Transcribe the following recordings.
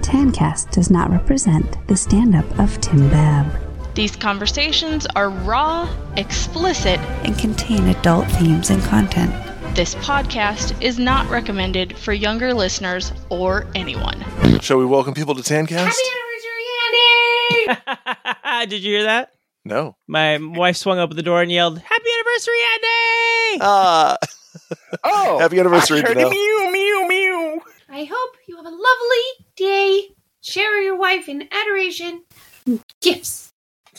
Tancast does not represent the stand up of Tim Babb These conversations are raw, explicit. and contain adult themes and content. This podcast is not recommended for younger listeners or anyone. Shall we welcome people to Tancast? Ah, Did you hear that? No. My wife swung open the door and yelled, "Happy anniversary, Andy!" Uh, Oh, Happy anniversary, I heard Janelle. a mew, mew, mew. I hope you have a lovely day. Share your wife in adoration. and Gifts.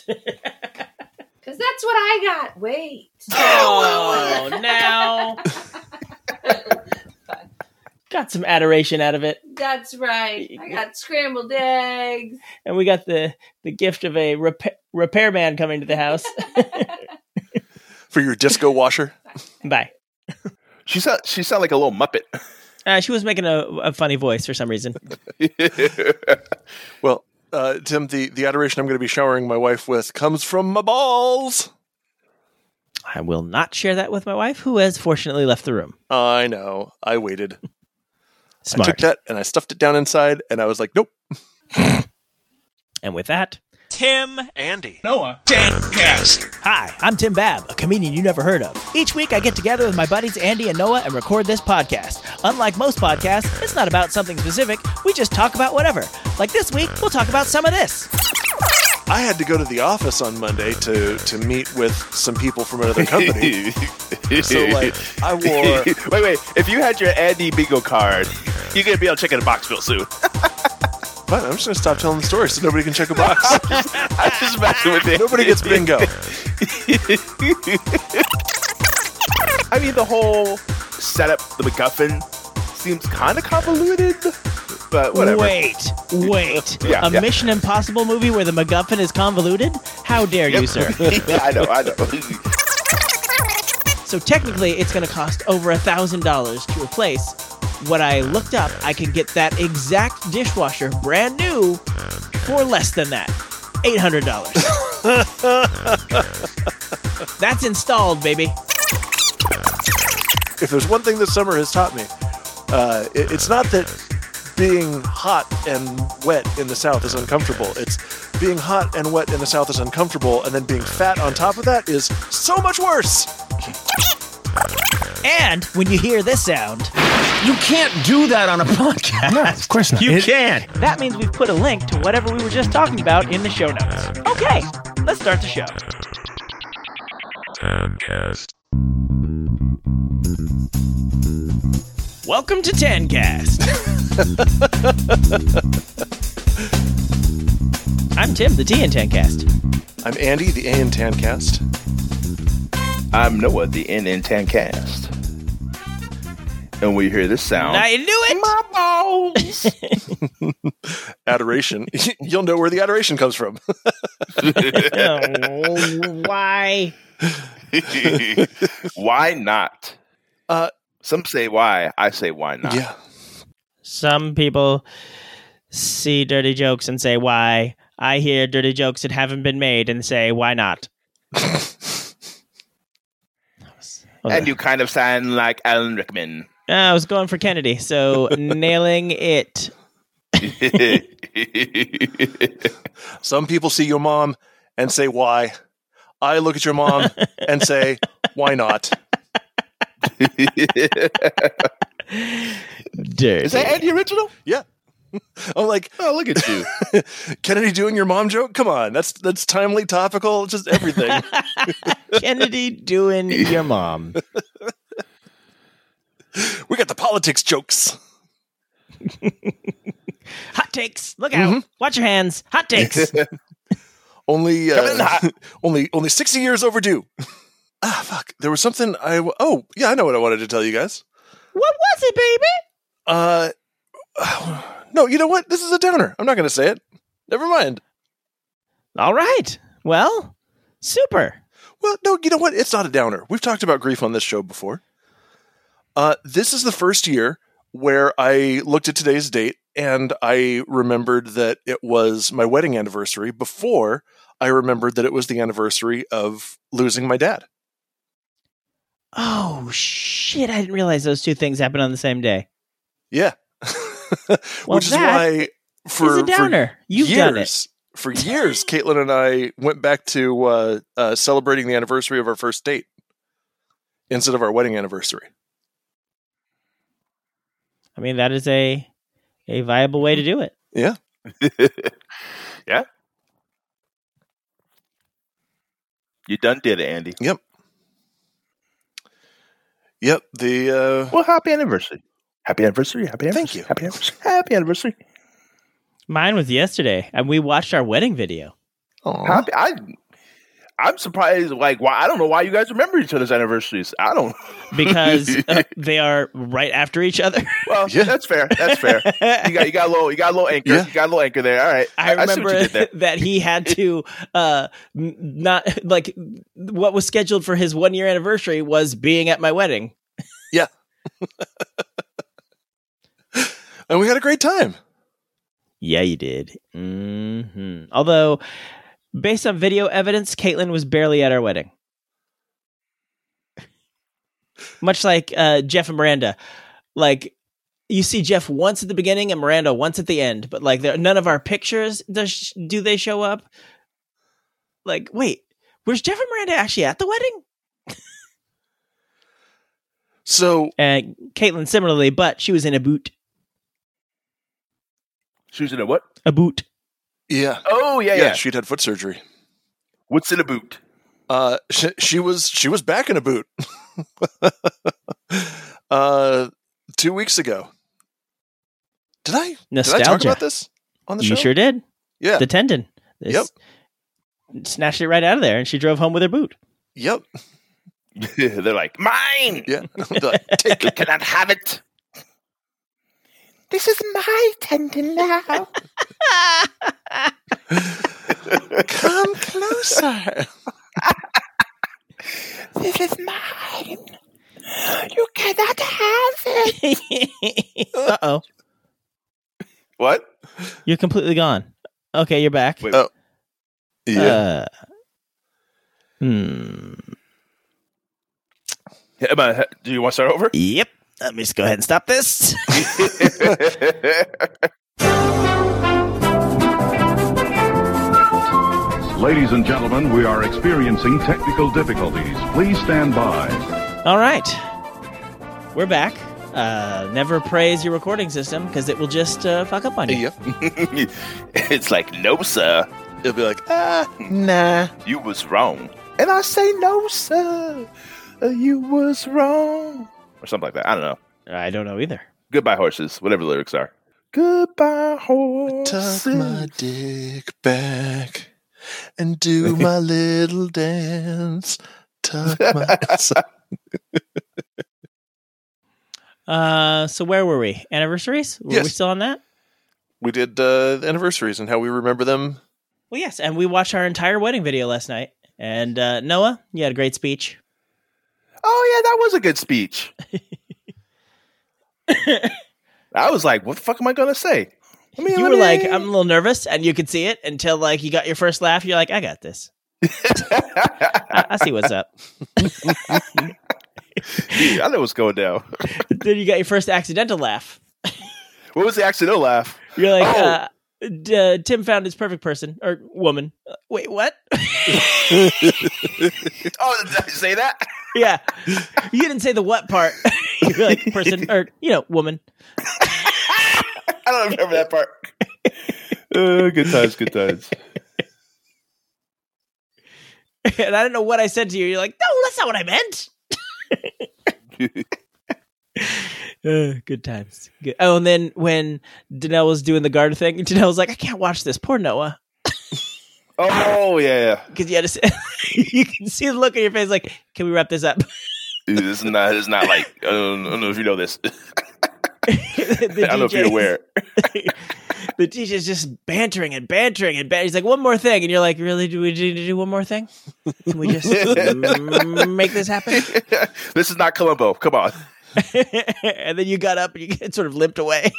Because that's what I got. Wait. oh, now got some adoration out of it, That's right. I got scrambled eggs. and we got the the gift of a repa- repairman coming to the house. for your disco washer. Bye. She sound, she sound like a little muppet. Uh, she was making a, a funny voice for some reason. Well, uh, Tim, the, the adoration I'm going to be showering my wife with comes from my balls. I will not share that with my wife, who has fortunately left the room. I know. I waited. I took Smart. that and I stuffed it down inside, and I was like, nope. And with that, Tim Andy. Hi, I'm Tim Babb, a comedian you never heard of. Each week, I get together with my buddies Andy and Noah and record this podcast. Unlike most podcasts, it's not about something specific, we just talk about whatever. Like this week, we'll talk about some of this. I had to go to the office on Monday to to meet with some people from another company. so like, I wore wait, wait. If you had your Andy Bingo card, you're gonna be able to check in a box real soon. Fine, I'm just going to stop telling the story so nobody can check a box. I'm just messing with it. nobody gets bingo. I mean, the whole setup, the MacGuffin, seems kind of convoluted, but whatever. Wait, wait. Yeah, a yeah. Mission Impossible movie where the MacGuffin is convoluted? How dare you, Yep. sir? I know, I know. So technically, it's going to cost over a thousand dollars to replace. What I looked up, I could get that exact dishwasher, brand new, for less than that, eight hundred dollars. That's installed, baby. if there's one thing this summer has taught me, uh, it, it's not that being hot and wet in the South is uncomfortable. It's being hot and wet in the South is uncomfortable, and then being fat on top of that is so much worse. And when you hear this sound, You can't do that on a podcast. No, of course not. You can't. that means we've put a link to whatever we were just talking about in the show notes. Okay, let's start the show. Welcome to Tancast. I'm Tim, the T in Tancast. I'm Andy, the A and Tancast. I'm Noah, the N in Tancast. And we hear this sound. I knew it. Adoration. You'll know where the adoration comes from. Oh, why? why not? Uh, Some say why. I say why not. yeah. Some people see dirty jokes and say why. I hear dirty jokes that haven't been made and say why not. And you kind of sound like Alan Rickman. Uh, I was going for Kennedy, so nailing it. Some people see your mom and say, why? I look at your mom and say, why not? Dirty. Is that Andy original? I'm like, Oh, look at you. Kennedy doing your mom joke? Come on. That's that's timely, topical, just everything. Kennedy doing your mom? we got the politics jokes. Hot takes. Look out. Mm-hmm. Watch your hands. Hot takes. Only Coming in uh, hot. only only 60 years overdue. ah fuck, there was something I w- Oh, yeah, I know what I wanted to tell you guys. what was it, baby? Uh No, you know what? This is a downer. I'm not going to say it. Never mind. All right. Well, super. Well, no, you know what? It's not a downer. We've talked about grief on this show before. Uh this is the first year where I looked at today's date and I remembered that it was my wedding anniversary before I remembered that it was the anniversary of losing my dad. Oh shit! I didn't realize those two things happened on the same day. Yeah. Well, Which is that why for He's a for downer. You've years, done it. For years, Caitlin and I went back to uh, uh, celebrating the anniversary of our first date instead of our wedding anniversary. I mean, that is a a viable way to do it. Yeah. yeah. You done did it, Andy. Yep. Yep. The uh, Well, happy anniversary. Happy anniversary. Happy anniversary. Thank you. Happy anniversary. Happy anniversary. Mine was yesterday, and we watched our wedding video. aw. Happy, I, I'm surprised. Like, why? I don't know why you guys remember each other's anniversaries. I don't. because uh, they are right after each other. Well, Yeah. that's fair. That's fair. You got you got a little you got a little anchor. Yeah. You got a little anchor there. All right. I see what you remember did there. that he had to uh, n- not like what was scheduled for his one year anniversary was being at my wedding. and we had a great time. Yeah, you did. hmm Although, based on video evidence, Caitlin was barely at our wedding. Much like uh, Jeff and Miranda, like you see Jeff once at the beginning and Miranda once at the end, but like there, none of our pictures does do they show up? Like, wait, was Jeff and Miranda actually at the wedding? So And Caitlin similarly, but she was in a boot, She was in a what? a boot. yeah, Oh yeah, yeah, yeah. she'd had foot surgery. What's in a boot? Uh, she, she was she was back in a boot. uh, two weeks ago. Did I Nostalgia. did I talk about this on the you show? sure did. Yeah. the tendon. They Yep. Yep. They're like mine. Yeah. Take You it. cannot have it. This is my tendon now. Come closer. This is mine. You cannot have it. uh oh, What? you're completely gone. Okay, you're back. Wait, Oh. Yeah. Uh, hmm. Am I- do you want to start over? Yep. Let me just go ahead and stop this. Ladies and gentlemen, we are experiencing technical difficulties. Please stand by. All right, we're back. Uh, never praise your recording system because it will just uh, fuck up on you. yep. it's like no, sir. It'll be like, ah, nah. You was wrong. And I say no, sir. Uh, You was wrong. Or something like that. I don't know. I don't know either. Goodbye horses, whatever the lyrics are. Goodbye Tuck horses. my dick back and do my little dance. Tuck my. Uh, so where were we? Anniversaries? Were Yes. we still on that? we did uh, anniversaries and how we remember them. Well, yes, and we watched our entire wedding video last night. And uh, Noah, you had a great speech. Oh yeah, that was a good speech. I was like, what the fuck am I gonna say? I mean, you were like, I'm a little nervous, and you could see it until like you got your first laugh. You're like, I got this. I, I see what's up. I know what's going down. then you got your first accidental laugh. What was the accidental laugh? You're like, Oh. uh, d- uh, Tim found his perfect person or woman. Uh, Wait, what? Oh, did I say that? yeah, you didn't say the what part. You're like person or you know woman. I don't remember that part. Uh, good times, good times. and I don't know what I said to you. You're like, no, that's not what I meant. Uh, good times. Good. Oh, and then when Danelle was doing the garter thing, Danelle was like, I can't watch this. Poor Noah. Oh yeah, Because you had to say, you can see the look on your face like, can we wrap this up? Dude, this is not. It's not like I don't, I don't know if you know this. The I don't know if you're DJ's aware. the teacher's just bantering and bantering and bantering. He's like, one more thing. And you're like, really? Do we need to do one more thing? Can we just mm, make this happen? this is not Columbo. Come on. and then you got up and you get sort of limped away.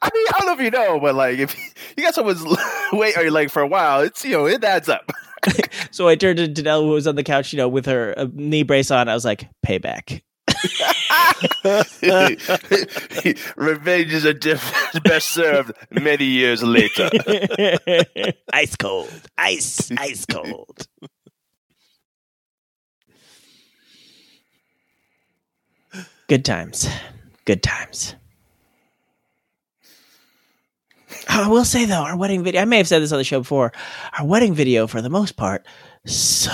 I mean, I don't know if you know, but like, if you got someone's weight on your leg for a while, it's you know, it adds up. So I turned to Danelle, who was on the couch, you know, with her uh, knee brace on. I was like, payback. Revenge is a diff- best served many years later. ice cold. Ice, ice cold. Good times. Good times. Oh, I will say though, our wedding video, I may have said this on the show before, our wedding video for the most part sucks.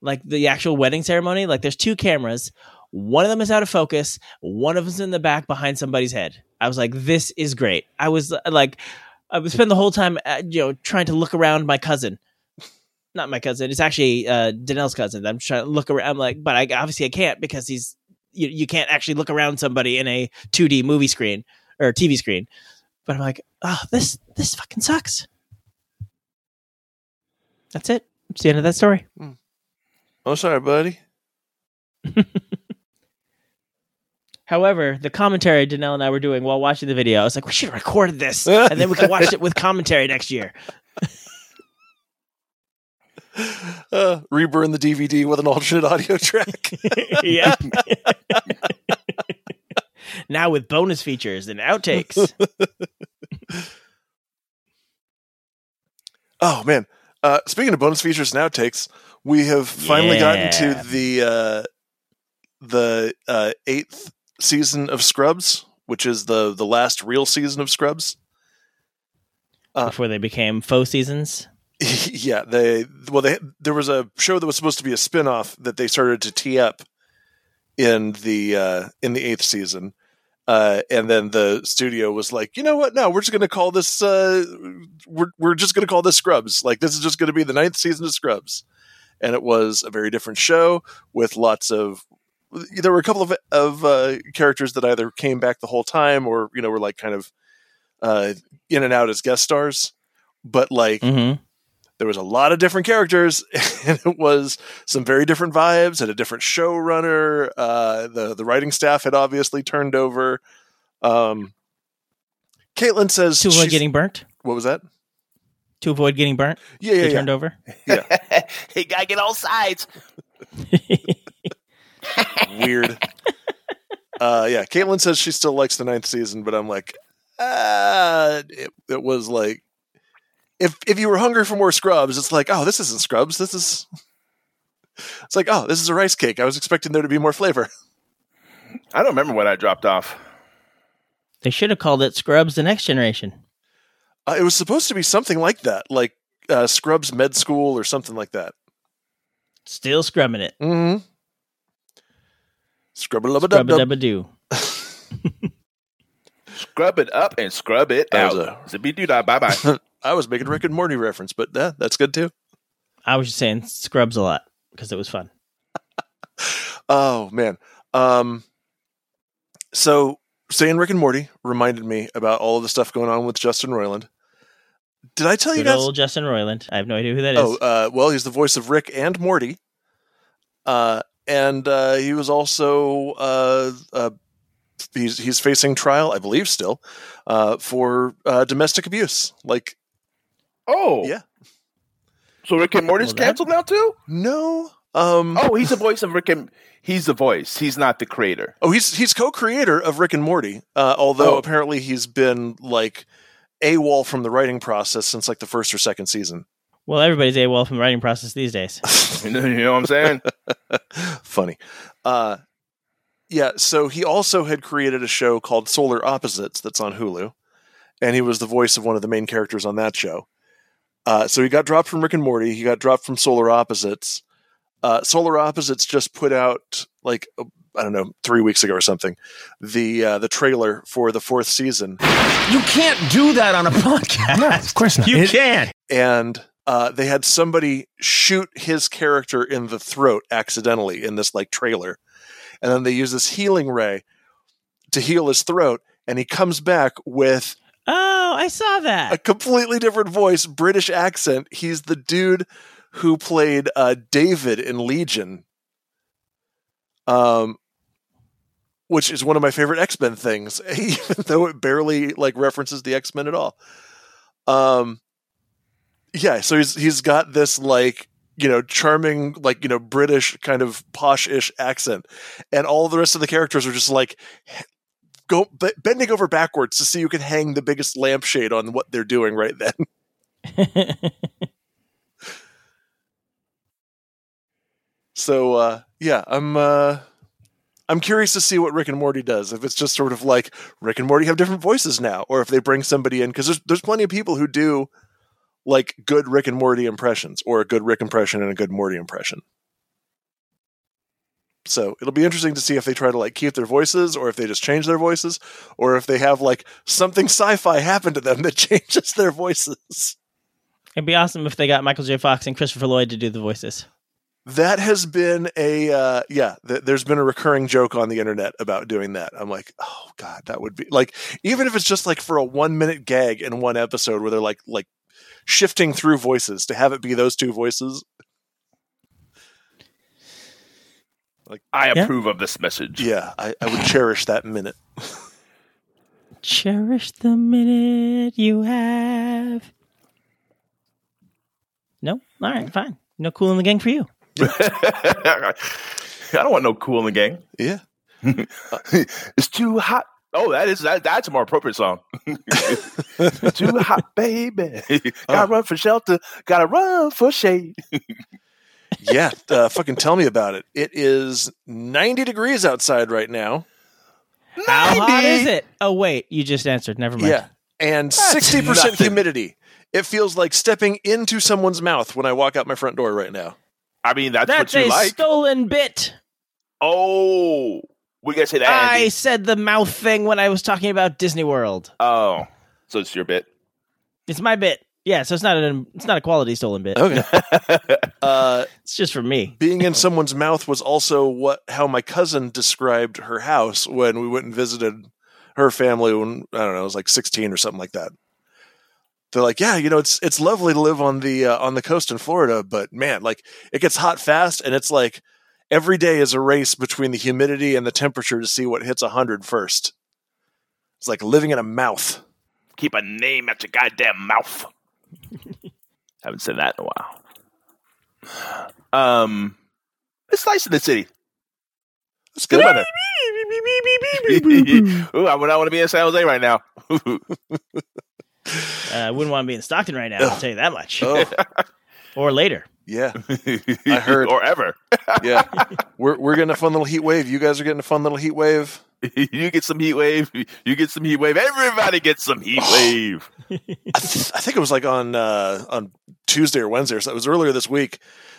Like the actual wedding ceremony, like there's two cameras. One of them is out of focus, one of them's in the back behind somebody's head. I was like, this is great. I was uh, like, I would spend the whole time, uh, you know, trying to look around my cousin. Not my cousin. It's actually uh, Danelle's cousin. I'm trying to look around. I'm like, but I obviously I can't because he's you, you can't actually look around somebody in a 2D movie screen or TV screen. But I'm like, oh, this this fucking sucks. That's it. It's the end of that story. Oh, sorry, buddy. However, the commentary Danelle and I were doing while watching the video, I was like, we should have recorded this and then we can watch it with commentary next year. Uh, reburn the DVD with an alternate audio track. yep. now with bonus features and outtakes. Oh man! Uh, speaking of bonus features and outtakes, we have finally gotten Yeah. to the uh, the uh, eighth season of Scrubs, which is the the last real season of Scrubs. Uh. Before they became faux seasons. yeah, they well they there was a show that was supposed to be a spin-off that they started to tee up in the uh in the 8th season. Uh and then the studio was like, "You know what? No, we're just going to call this uh we're we're just going to call this Scrubs. Like this is just going to be the ninth season of Scrubs." And it was a very different show with lots of there were a couple of of uh characters that either came back the whole time or, you know, were like kind of uh in and out as guest stars. But like Mm-hmm. there was a lot of different characters and it was some very different vibes and a different showrunner uh, the, the writing staff had obviously turned over um, caitlin says To avoid she's- getting burnt. what was that To avoid getting burnt. yeah yeah, they yeah. turned over. he gotta get all sides. weird uh, yeah caitlin says she still likes the ninth season but i'm like uh, it, it was like if if you were hungry for more scrubs it's like oh this isn't scrubs this is it's like oh this is a rice cake i was expecting there to be more flavor I don't remember what I dropped off. They should have called it Scrubs the Next Generation. Uh, it was supposed to be something like that, like uh, Scrubs Med School or something like that. Still scrubbing it. Mm-hmm. Scrubba dub Scrub a dub. dub doo. Scrub it up and scrub it That out. was Zippy doo dah, bye bye. I was making a Rick and Morty reference, but yeah, that's good too. I was just saying scrubs a lot because it was fun. Oh man. Um. So saying Rick and Morty reminded me about all of the stuff going on with Justin Roiland. Did I tell you Good guys? old Justin Roiland. I have no idea who that is. Oh, uh, well, he's the voice of Rick and Morty. Uh, and uh, he was also uh, uh, he's he's facing trial, I believe, still uh, for uh, domestic abuse. Like, Oh. Yeah. So Rick and Morty's Well, that- canceled now too? no, um, oh. Oh, he's the voice of Rick and he's the voice. He's not the creator. oh, he's he's co-creator of Rick and Morty, uh, although Oh. apparently he's been like AWOL from the writing process since like the first or second season. Well, everybody's AWOL from writing process these days. you know what I'm saying? Funny. Uh, yeah, so he also had created a show called Solar Opposites that's on Hulu, and he was the voice of one of the main characters on that show. Uh, so he got dropped from Rick and Morty, he got dropped from Solar Opposites. Uh, Solar Opposites just put out like uh, I don't know three weeks ago or something the uh, the trailer for the fourth season, You can't do that on a podcast. No, of course not. You can't. and uh, they had somebody shoot his character in the throat accidentally in this like trailer, and then they use this healing ray to heal his throat, and he comes back with Oh, I saw a that. completely different voice, British accent. He's the dude who played uh, David in Legion, um, which is one of my favorite X Men things, even though it barely like references the X Men at all. Um, yeah, so he's he's got this like you know, charming, like, you know, British kind of posh ish accent. And all the rest of the characters are just like, go b- bending over backwards to see who can hang the biggest lampshade on what they're doing right then. So uh, yeah, I'm uh, I'm curious to see what Rick and Morty does. If it's just sort of like Rick and Morty have different voices now, or if they bring somebody in because there's there's plenty of people who do like good Rick and Morty impressions, or a good Rick impression and a good Morty impression. So it'll be interesting to see if they try to like keep their voices, or if they just change their voices, or if they have like something sci-fi happen to them that changes their voices. It'd be awesome if they got Michael J. Fox and Christopher Lloyd to do the voices. that has been a uh, yeah th- there's been a recurring joke on the internet about doing that i'm like oh god that would be like even if it's just like for a one minute gag in one episode where they're like like shifting through voices to have it be those two voices like I Yeah. approve of this message. yeah i, I would cherish that minute Cherish the minute you have. No? All right, fine. No cool in the gang for you. I don't want no cool in the gang. yeah It's too hot. Oh, that is that. That's a more appropriate song. too hot, baby. Gotta run for shelter. Gotta run for shade. yeah uh, fucking tell me about it it is 90 degrees outside right now How hot is it? Oh, wait. You just answered. Never mind. Yeah. And 60% nothing. humidity. It feels like stepping into someone's mouth when I walk out my front door right now. I mean, that's, That's what you a like. stolen bit. oh, we gotta say that. I Andy. said the mouth thing when I was talking about Disney World. Oh, so it's your bit. It's my bit. Yeah, so it's not an it's not a quality stolen bit. Okay. uh, It's just for me. being in someone's mouth was also what how my cousin described her house when we went and visited her family when I don't know, I was like 16 or something like that. They're like, yeah, you know, it's it's lovely to live on the uh, on the coast in Florida, but man, like it gets hot fast, and it's like every day is a race between the humidity and the temperature to see what hits 100 first. It's like living in a mouth. Keep a name at your goddamn mouth. Haven't said that in a while. Um, it's nice in the city. It's Good good weather. Ooh, I would not want to be in San Jose right now. Uh, I wouldn't want to be in Stockton right now. I'll tell you that much. Oh, Or later. yeah, I heard. or ever. yeah. We're we're getting a fun little heat wave. You guys are getting a fun little heat wave. you get some heat wave. You get some heat wave. Everybody gets some heat wave. I, th- I think it was like on uh, on Tuesday or Wednesday, or so it was earlier this week,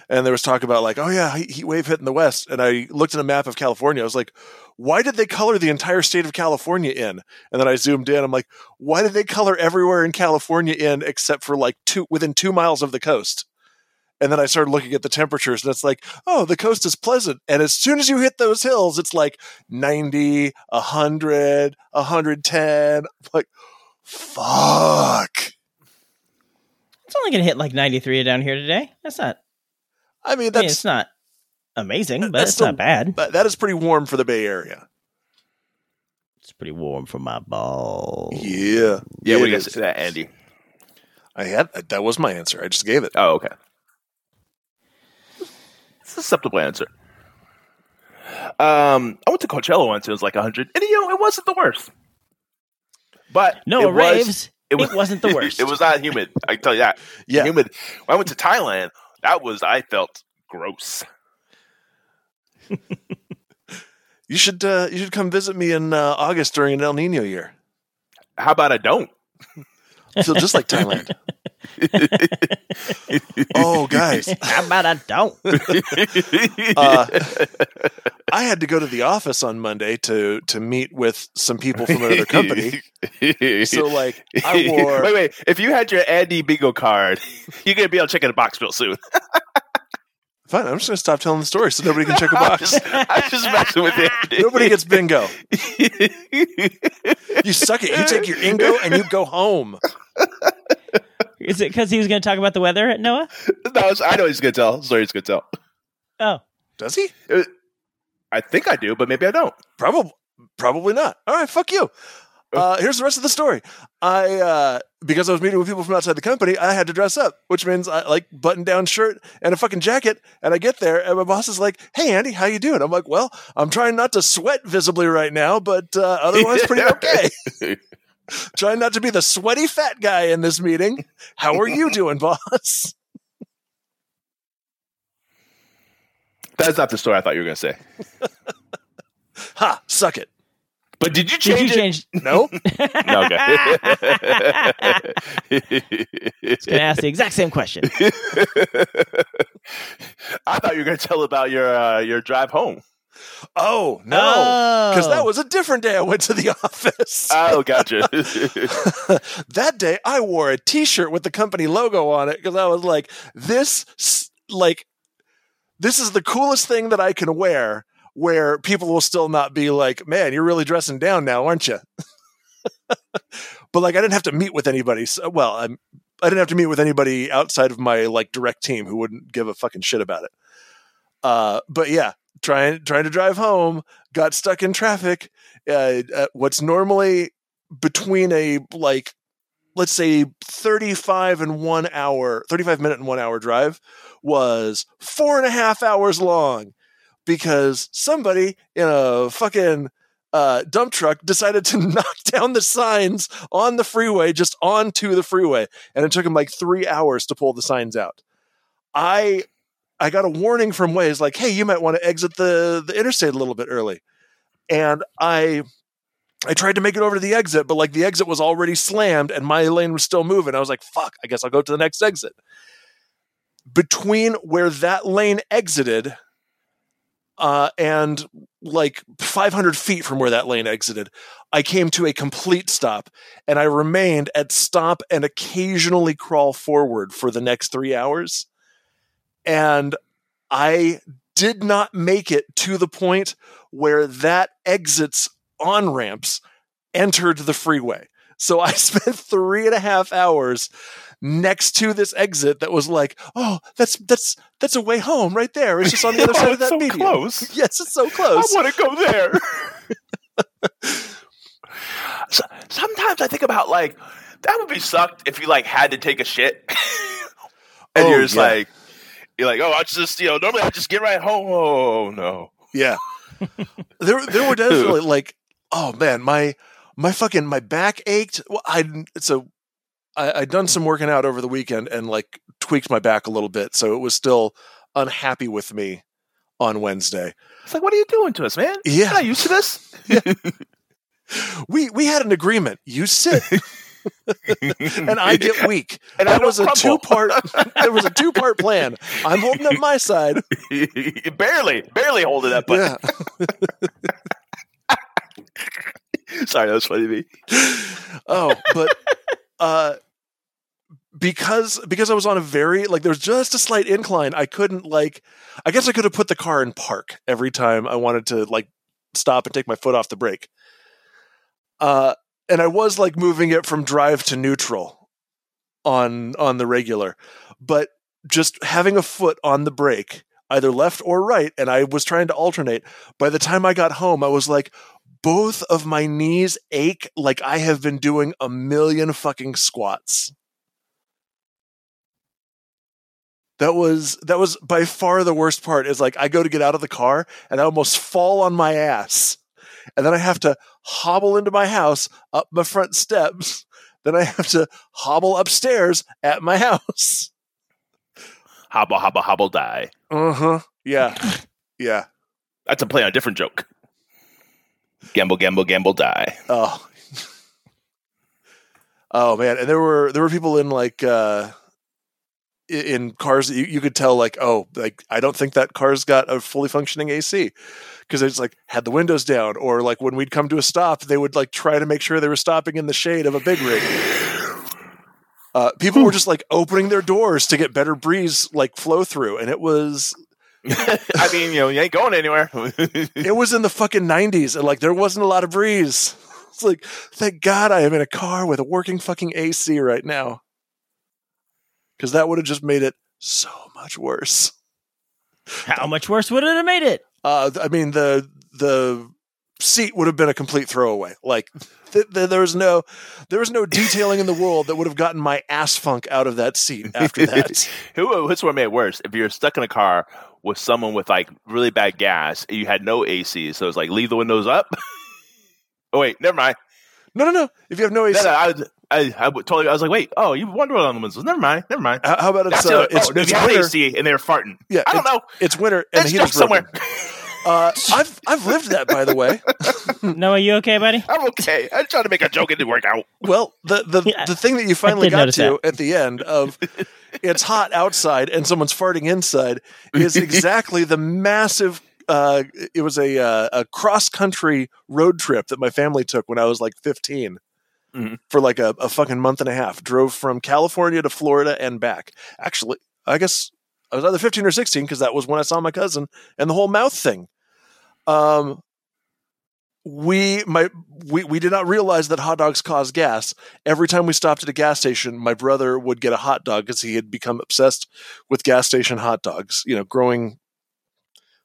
and there was talk about like, oh yeah, heat heat wave hit in the west, and I looked at a map of California. I was like, why did they color the entire state of California in? And then I zoomed in. I'm like, why did they color everywhere in California in except for like two within two miles of the coast? And then I started looking at the temperatures, and it's like, oh, the coast is pleasant. And as soon as you hit those hills, it's like 90, 100, 110. I'm like, fuck. It's only gonna hit like ninety three down here today. That's not I mean, I mean, that's it's not amazing, but that's it's not still- bad. that- that is pretty warm for the Bay Area. It's pretty warm for my ball. Yeah, it Yeah, what do you is. guys say to that, Andy? I had that was my answer. I just gave it. Oh, okay. It's a susceptible answer. Um, I went to Coachella once. It was like hundred, and you know, it wasn't the worst. But No it it was- raves. it, was, not the worst. it was not humid. I can tell you that. Yeah. humid. When I went to Thailand. That was I felt gross. You should uh, you should come visit me in uh, August during an El Nino year. How about I don't? I feel just like Thailand. oh, guys, How about I don't? uh, I had to go to the office on Monday to to meet with some people from another company. So, like, I wore wait, wait. If you had your Andy Bingo card, you're gonna be able to check in the box real soon. fine. I'm just gonna stop telling the story so nobody can check a I'm box. just, I'm just messing with Andy. Nobody gets bingo. You suck it. You take your ingo and you go home. Is it because he was gonna talk about the weather at Noah? No, it's- I know he's gonna tell. Sorry, he's gonna tell. Oh. Does he? I think I do, but maybe I don't. Probably, probably not. All right, fuck you. Uh, here's the rest of the story. I uh, because I was meeting with people from outside the company, I had to dress up, which means I like button down shirt and a fucking jacket. And I get there, and my boss is like, "Hey, Andy, how you doing?" I'm like, "Well, I'm trying not to sweat visibly right now, but uh, otherwise, pretty okay. trying not to be the sweaty fat guy in this meeting. How are you doing, boss?" That's not the story I thought you were going to say. Ha! Suck it. But did you Did you change it? change? No. No, okay. Gonna ask the exact same question. I thought you were going to tell about your uh, your drive home. Oh no. Because that Oh. was a different day I went to the office. Oh, gotcha. that day I wore a t-shirt with the company logo on it because I was like, this s- like this is the coolest thing that I can wear where people will still not be like, man, you're really dressing down now, aren't you? but like I didn't have to meet with anybody. So, well, I'm I didn't have to meet with anybody outside of my like direct team who wouldn't give a fucking shit about it. Uh, but yeah, trying trying to drive home, got stuck in traffic. Uh, uh, what's normally between a like let's say 35 and one hour 35 minute and one hour drive was four and a half hours long because somebody in a fucking uh, dump truck decided to knock down the signs on the freeway just onto the freeway and it took him like three hours to pull the signs out i i got a warning from ways like hey you might want to exit the the interstate a little bit early and i I tried to make it over to the exit, but like the exit was already slammed and my lane was still moving. I was like, fuck, I guess I'll go to the next exit. Between where that lane exited uh, and like 500 feet from where that lane exited, I came to a complete stop and I remained at stop and occasionally crawl forward for the next three hours. And I did not make it to the point where that exit's on ramps entered the freeway. So I spent three and a half hours next to this exit that was like, oh, that's that's that's a way home right there. It's just on the other side of that Oh, so median. close. Yes, it's so I close. want to go there. so, sometimes I think about like that would be sucked if you like had to take a shit, and Oh, you're just yeah. like you're like, oh, I just you know normally I just get right home. Oh no, Yeah. there there were definitely like oh man, my my fucking my back ached. Well, I so I I'd done some working out over the weekend and like tweaked my back a little bit, so it was still unhappy with me on Wednesday. it's like what are you doing to us, man? Yeah. You're not used to this. We we had an agreement. You sit and I get weak. And I that don't was a two crumble. part there was a two part plan. I'm holding up my side. barely, barely holding that button. yeah. Sorry, that was funny to me. oh, but uh because because I was on a very like there was just a slight incline, I couldn't like I guess I could have put the car in park every time I wanted to like stop and take my foot off the brake. Uh and I was like moving it from drive to neutral on on the regular, but just having a foot on the brake either left or right and I was trying to alternate. By the time I got home, I was like both of my knees ache like I have been doing a million fucking squats. That was that was by far the worst part is like I go to get out of the car and I almost fall on my ass. And then I have to hobble into my house up my front steps. Then I have to hobble upstairs at my house. Hobble, hobble, hobble, die. Uh-huh. Yeah. Yeah. That's a play on a different joke. Gamble, gamble, gamble, die. Oh. oh man, and there were there were people in like uh i- in cars that you, you could tell like oh like I don't think that car's got a fully functioning AC because it's like had the windows down or like when we'd come to a stop they would like try to make sure they were stopping in the shade of a big rig. Uh, people were just like opening their doors to get better breeze like flow through and it was I mean, you know, you ain't going anywhere. it was in the fucking 90s and like there wasn't a lot of breeze it's like thank god i am in a car with a working fucking ac right now because that would have just made it so much worse How much worse would it have made it? uh th- i mean the the seat would have been a complete throwaway. Like th- th- there was no there was no detailing in the world that would have gotten my ass funk out of that seat after that. Who, which one made it worse? If you're stuck in a car with someone with like really bad gas, you had no AC, so it's like leave the windows up. oh wait, never mind. No, no, no. If you have no AC, No, no, I, was- I, I would totally. I was like, wait, oh, you wonder what on the windows? Never mind, never mind. how how about it's That's uh, a, it's, oh, if it's you had winter? AC and they were farting. Yeah, I don't know. It's winter and It's the heat stuck is broken. somewhere. Uh, I've I've lived that by the way. Noah, you okay, buddy? I'm okay. I tried to make a joke. It didn't work out. Well, the the, Yeah, the thing that you finally did got notice to at the end of it's hot outside and someone's farting inside is exactly the massive. Uh, it was a uh, a cross country road trip that my family took when I was like 15 Mm-hmm. Mhm. for like a, a fucking month and a half. Drove from California to Florida and back. Actually, I guess I was either 15 or 16 because that was when I saw my cousin and the whole mouth thing. Um, we my we, we did not realize that hot dogs cause gas. Every time we stopped at a gas station, my brother would get a hot dog because he had become obsessed with gas station hot dogs. You know, growing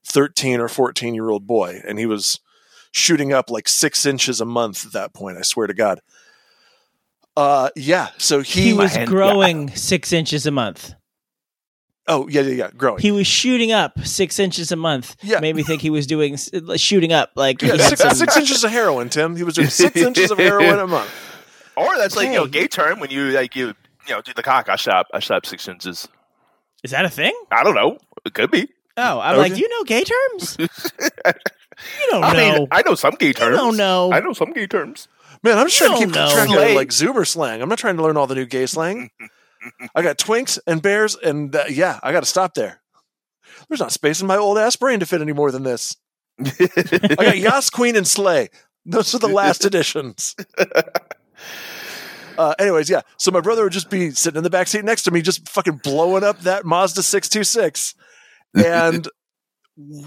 thirteen or fourteen year old boy, and he was shooting up like six inches a month at that point. I swear to God. Uh, yeah. So he, He was hand- growing six inches a month. Oh yeah, yeah, yeah. Growing. He was shooting up six inches a month. Yeah. Made me think he was doing s- shooting up like he yeah, had six, some- six inches of heroin, Tim. He was doing six inches of heroin a month. Or that's like you know, Okay. gay term when you like you you know do the cock. I shot I shot six inches. Is that a thing? I don't know. It could be. Oh, I'm like, Okay. you know gay terms? you don't I know. mean, I know some gay terms. don't know. I know some gay terms. Man, I'm just trying to don't keep know. track of Slang. like Zoomer slang. I'm not trying to learn all the new gay slang. I got twinks and bears, and uh, yeah, I got to stop there. There's not space in my old ass brain to fit any more than this. I got Yas Queen and Slay. Those are the last editions. Uh, anyways, yeah. So my brother would just be sitting in the back seat next to me, just fucking blowing up that Mazda six two six, and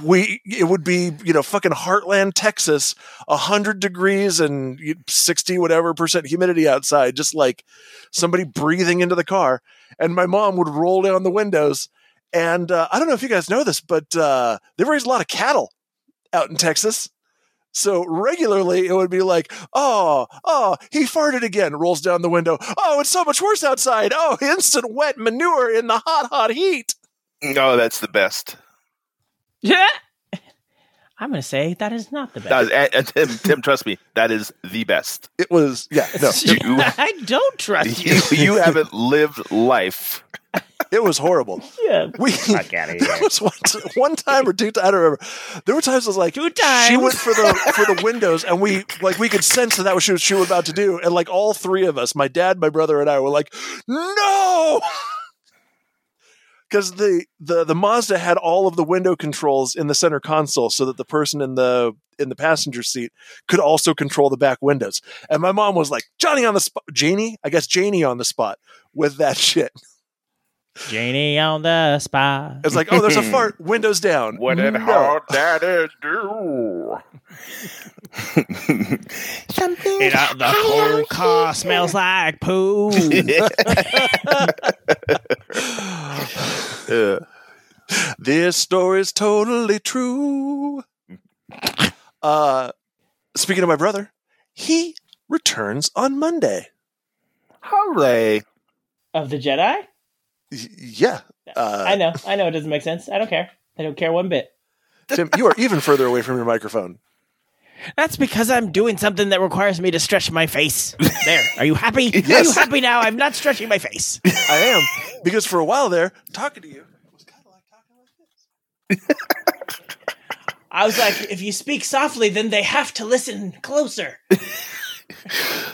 we it would be you know fucking Heartland, Texas, hundred degrees and sixty whatever percent humidity outside, just like somebody breathing into the car. And my mom would roll down the windows, and uh, I don't know if you guys know this, but uh, they raise a lot of cattle out in Texas. So regularly it would be like, oh, oh, he farted again, rolls down the window. Oh, it's so much worse outside. Oh, instant wet manure in the hot, hot heat. No, that's the best. I'm going to say that is not the best. That is, and, and Tim, Tim, trust me, that is the best. It was, yeah, no, You, I don't trust you, you. you haven't lived life. it was horrible. yeah. We, There was one, one time or two times. I don't remember. There were times I was like, Two times. She went for the for the windows, and we like we could sense that that was she was, she was about to do, and like all three of us, my dad, my brother, and I, were like, no, because the the the Mazda had all of the window controls in the center console, so that the person in the in the passenger seat could also control the back windows. And my mom was like, Johnny on the spot, Janie, I guess Janie on the spot with that shit. Janie on the spot. It's like, oh, there's a fart, windows down. What did No. hard daddy do? And, uh, the whole car smells like poo. Uh, This story's totally true. Uh, speaking of my brother, he returns on Monday. hooray. of the Jedi? Y- yeah. Uh, I know. I know it doesn't make sense. I don't care. I don't care one bit. Tim, you are even further away from your microphone. That's because I'm doing something that requires me to stretch my face. There. Are you happy? Are you Yes. happy now? I'm not stretching my face. I am, because for a while there, talking to you was kind of like talking like this. I was like, if you speak softly, then they have to listen closer.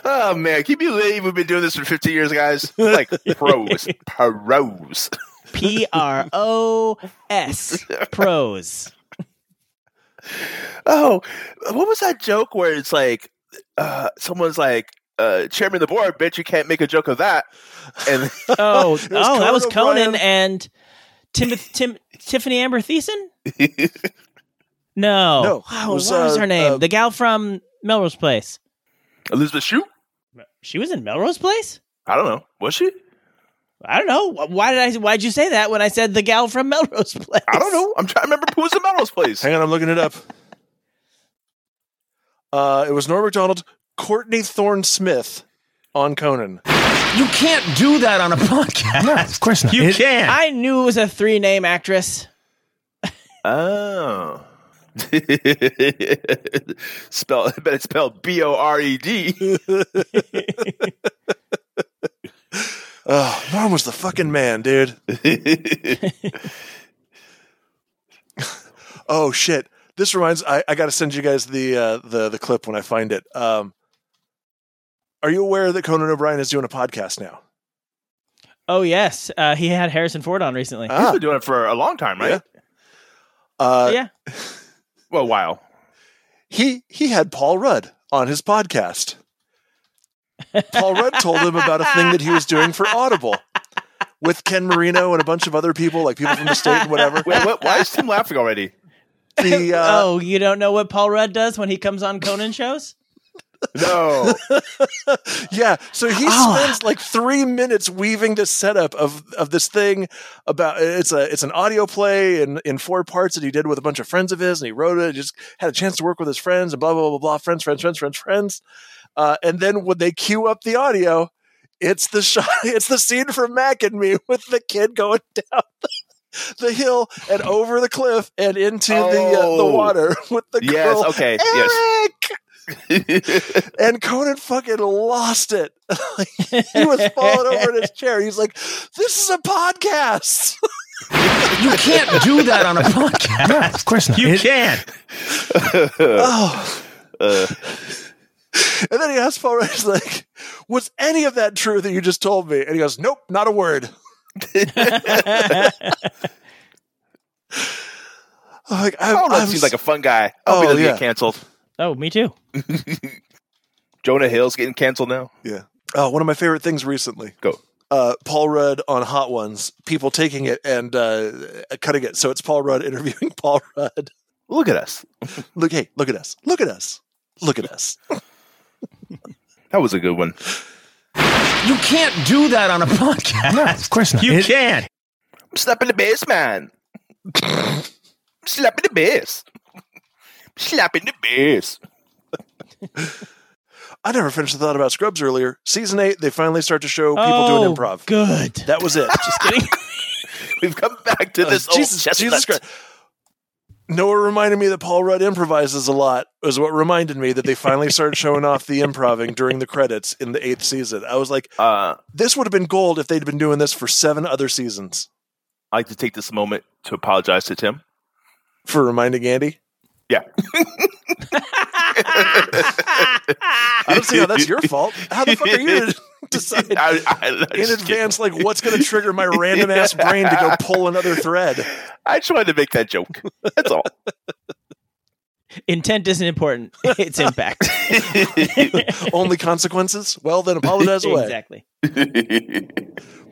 Oh man, can you believe we've been doing this for 15 years, guys? Like pros, pros. P R O S. Pros. Oh, what was that joke where it's like uh, someone's like uh, chairman of the board? Bet you can't make a joke of that. And Oh, oh, that was Conan O'Brien. Conan and Timoth- Tim Tiffany Amber Thiessen. no, No, Wow, it was, what was uh, her name? uh, the gal from Melrose Place. Elizabeth Shue? She was in Melrose Place. I don't know. Was she? I don't know. Wh- Why did I? Why'd you say that when I said the gal from Melrose Place? I don't know. I'm trying to remember who was in Melrose place. Hang on, I'm looking it up. Uh, it was Norm MacDonald, Courtney Thorne Smith on Conan. You can't do that on a podcast. No, of course not. You It- can't. I knew it was a three name actress. Oh. Spell, but it's spelled B O R E D. Oh, Norm was the fucking man, dude. oh shit! This reminds. I, I got to send you guys the uh, the the clip when I find it. Um, are you aware that Conan O'Brien is doing a podcast now? Oh yes, uh, he had Harrison Ford on recently. Ah. He's been doing it for a long time, right? Uh, yeah, Well, wow. he he had Paul Rudd on his podcast. Paul Rudd told him about a thing that he was doing for Audible with Ken Marino and a bunch of other people, like people from the state and whatever. Wait, what, why is Tim laughing already? The, uh, oh, you don't know what Paul Rudd does when he comes on Conan shows? No. Yeah, so he Oh. spends like three minutes weaving the setup of of this thing about it's a it's an audio play in in four parts that he did with a bunch of friends of his, and he wrote it. Just had a chance to work with his friends, and blah blah blah blah blah. Friends, friends, friends, friends, friends. Uh, and then when they cue up the audio, it's the shot, it's the scene from Mac and Me with the kid going down. The, the hill and over the cliff and into the uh, the Oh. water with the Yes, girl. okay, Eric! yes. and Conan fucking lost it. Like, he was falling over in his chair. He's like, "This is a podcast." You can't do that on a podcast. No, of course not. You It- can't. oh. Uh. And then he asked Paul Rudd, he's like, "Was any of that true that you just told me?" And he goes, "Nope, not a word." I'm like, I'm, Oh, I'm that seems like a fun guy. Oh, Oh, he doesn't yeah. get canceled. Oh, me too. Jonah Hill's getting canceled now. yeah. Oh, one of my favorite things recently. Go. Uh, Paul Rudd on Hot Ones, people taking it and uh, cutting it. So it's Paul Rudd interviewing Paul Rudd. Look at us. Look, hey, look at us. Look at us. Look at us. That was a good one. You can't do that on a podcast. No, of course not. You It- can't. I'm slapping the bass, man. I'm slapping the bass. I'm slapping the bass. I never finished the thought about Scrubs earlier. Season eight, they finally start to show people oh, doing improv. Good. That was it. Just kidding. We've come back to this. old Uh, Jesus, chestnut. Jesus Christ. Noah reminded me that Paul Rudd improvises a lot. Is what reminded me that they finally started showing off the improving during the credits in the eighth season. I was like, Uh, this would have been gold if they'd been doing this for seven other seasons. I'd like to take this moment to apologize to Tim. For reminding Andy, Yeah. I don't see how that's your fault. How the fuck are you to decide I- I- I'm in just advance, like what's going to trigger my random ass brain to go pull another thread? kidding. I tried to make that joke. That's all. Intent isn't important; it's impact. Only consequences? Well, then apologize away. exactly.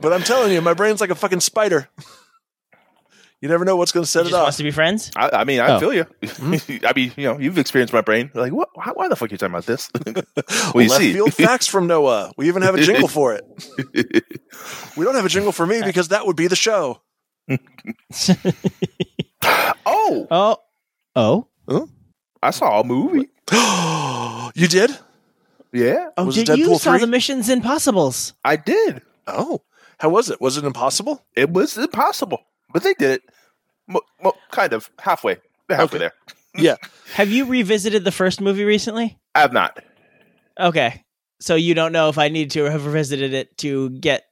But I'm telling you, my brain's like a fucking spider. You never know what's going to He set just it off. wants to be friends. I, I mean, I Oh. feel you. Mm-hmm. I mean, you know, you've experienced my brain. Like, what? Why, why the fuck are you talking about this? well, you Left see, field facts from Noah. We even have a jingle for it. we don't have a jingle for me because that would be the show. oh, Oh, oh, I saw a movie. you did? Yeah, oh! Was did it you Deadpool saw 3? the Missions Impossibles? I did. Oh, how was it? Was it impossible? It was impossible, but they did it. Mo- mo- kind of halfway, They're halfway Okay. there. Yeah. Have you revisited the first movie recently? I have not. Okay, so you don't know if I need to have revisited it to get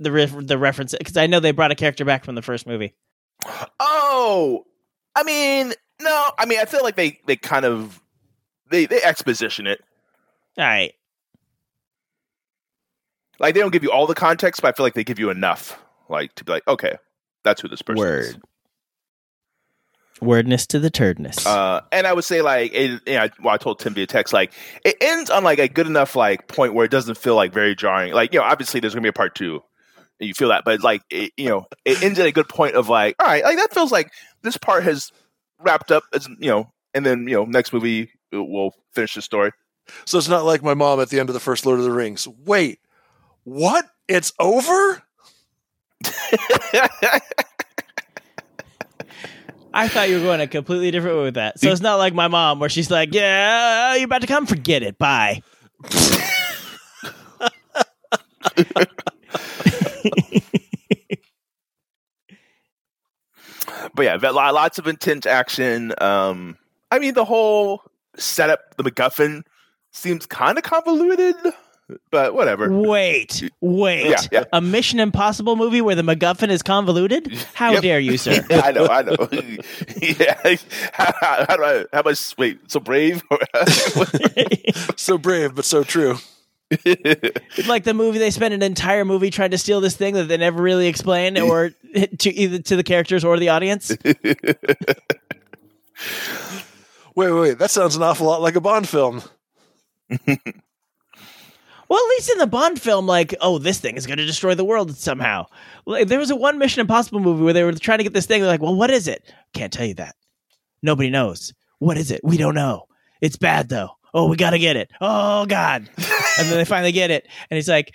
the re- the reference because I know they brought a character back from the first movie. Oh, I mean, no. I mean, I feel like they they kind of they they exposition it. All right. Like they don't give you all the context, but I feel like they give you enough, like to be like, okay, that's who this person is. Wordness to the turdness. Uh, and I would say like, it, you know, well, I told Tim via text, like it ends on like a good enough like point where it doesn't feel like very jarring. Like you know, obviously there's gonna be a part two, and you feel that, but like it, you know, it ends at a good point of like, all right, like that feels like this part has wrapped up. As you know, and then you know, next movie uh, we'll finish the story. So it's not like my mom at the end of the first Lord of the Rings. Wait, what? It's over? I I thought you were going a completely different way with that. So it's not like my mom where she's like, "Yeah, you're about to come, forget it, bye." but yeah, that- lo- lots of intense action. Um, I mean, the whole setup, the MacGuffin, seems kind of convoluted, but whatever. Wait, wait. Yeah, yeah. A Mission Impossible movie where the MacGuffin is convoluted? How Yep. dare you, sir? I know, I know. yeah, how, how, how do I? How much? Wait, so brave? Oh. so brave, but so true. It's like the movie they spent an entire movie trying to steal this thing that they never really explain or to either to the characters or the audience. Wait, wait, wait. That sounds an awful lot like a Bond film. Well, at least in the Bond film, like, oh, this thing is going to destroy the world somehow. Like, there was a one Mission Impossible movie where they were trying to get this thing. They're like, well, what is it? Can't tell you that. Nobody knows. What is it? We don't know. It's bad though. Oh, we got to get it. Oh God! and then they finally get it, and he's like,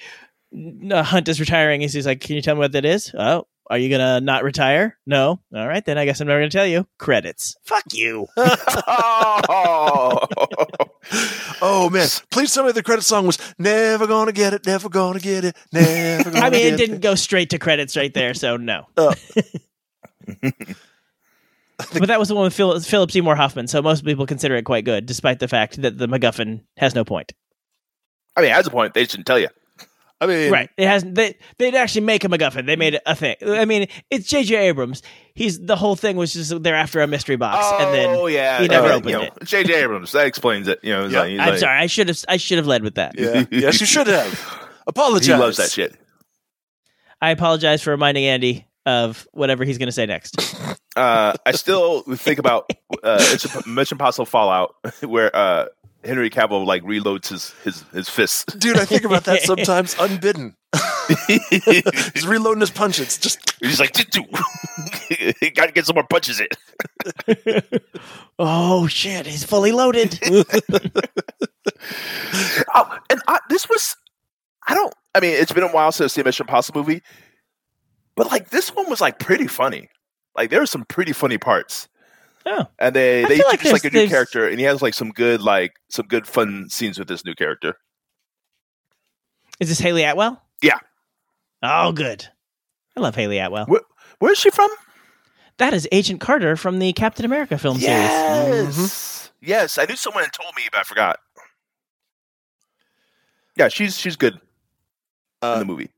no, Hunt is retiring. He's, he's like, can you tell me what that is? Oh, are you gonna not retire? No. All right, then I guess I'm never gonna tell you. Credits. Fuck you. oh, Oh man, please tell me the credit song was "Never Gonna Get It," "Never Gonna Get It," "Never." Gonna I mean, get it didn't go straight to credits right there, so no. Oh. but that was the one with Phil- Philip Seymour Hoffman, so most people consider it quite good, despite the fact that the MacGuffin has no point. I mean, as a point, they shouldn't tell you. I mean, Right? It has. They they didn't actually make a MacGuffin. They made it a thing. I mean, it's J.J. Abrams. He's the whole thing was just they're after a mystery box, and oh then yeah, he never uh, opened you know, it. J.J. Abrams that explains it. You know, it's Yeah. like- he's I'm like- sorry, I should have I should have led with that. Yeah. yes, you should have. Apologize. He loves that shit. I apologize for reminding Andy of whatever he's going to say next. uh, I still think about uh, it's a Mission Impossible Fallout where uh, Henry Cavill like reloads his his his fists. dude. I think about that sometimes, unbidden. He's reloading his punches. Just He's like, got to get some more punches in. oh shit, he's fully loaded. Oh, and I, this was, I don't. I mean, it's been a while since I've seen a Mission Impossible movie, but like this one was like pretty funny. Like there were some pretty funny parts, oh. and they I they feel like introduced there's- like, a new there's- character, and he has like some good like some good fun scenes with this new character. Is this Haley Atwell? Yeah. Oh, good. I love Haley Atwell. Where, where is she from? That is Agent Carter from the Captain America film series. Yes. Yes, I knew someone had told me, but I forgot. Yeah, she's she's good in Uh, the movie.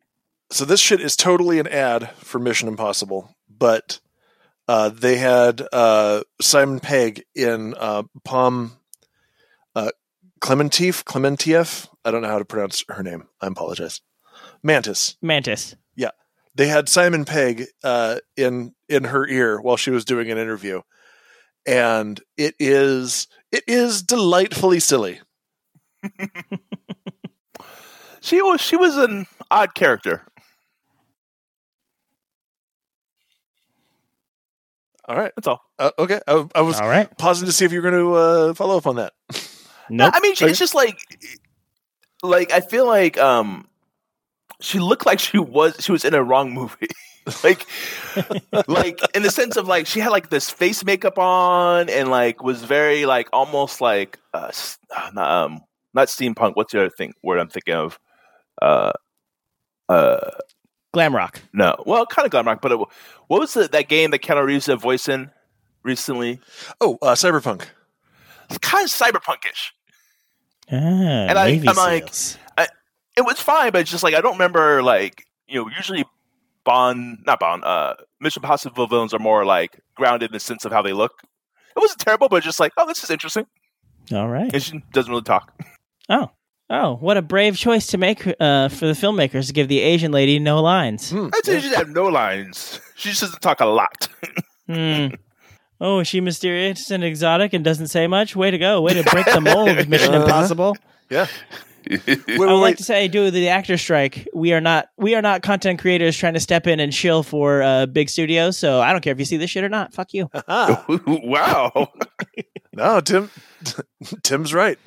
so this shit is totally an ad for Mission Impossible, but uh, they had uh, Simon Pegg in uh, Palm uh, Clementif Clementieff. I don't know how to pronounce her name. I apologize. Mantis. Mantis. they had Simon Pegg uh, in in her ear while she was doing an interview, and it is it is delightfully silly. She was she was an odd character. All right, That's all. uh, okay. I, I was All right. pausing to see if you were going to uh, follow up on that. Nope. I mean, she, it's just like like I feel like um she looked like she was she was in a wrong movie. like like in the sense of like she had like this face makeup on and like was very like almost like uh s- uh, not, um not steampunk what's the other thing word I'm thinking of uh uh Glam rock. no well kind of glam rock but it, wa- what was the, that game that Keanu Reeves had voice in recently Oh, uh, cyberpunk. it's kind of cyberpunkish Ah, I- Navy I'm like- SEALs. it was fine, but it's just like I don't remember like you know usually Bond not Bond uh Mission Impossible villains are more like grounded in the sense of how they look. It wasn't terrible, but just like oh this is interesting. All right. And she doesn't really talk. Oh. Oh, what a brave choice to make uh, for the filmmakers to give the Asian lady no lines. Hmm. I'd say she doesn't have no lines. She just doesn't talk a lot. Mm. Hmm. Oh, is she mysterious and exotic and doesn't say much? Way to go. Way to break the mold, Mission Uh-huh. Impossible. Wait, I wait, would like wait. to say, due to the actor strike, we are not we are not content creators trying to step in and shill for uh, big studios. So I don't care if you see this shit or not. Fuck you. Ah, wow, no, Tim. Tim's right.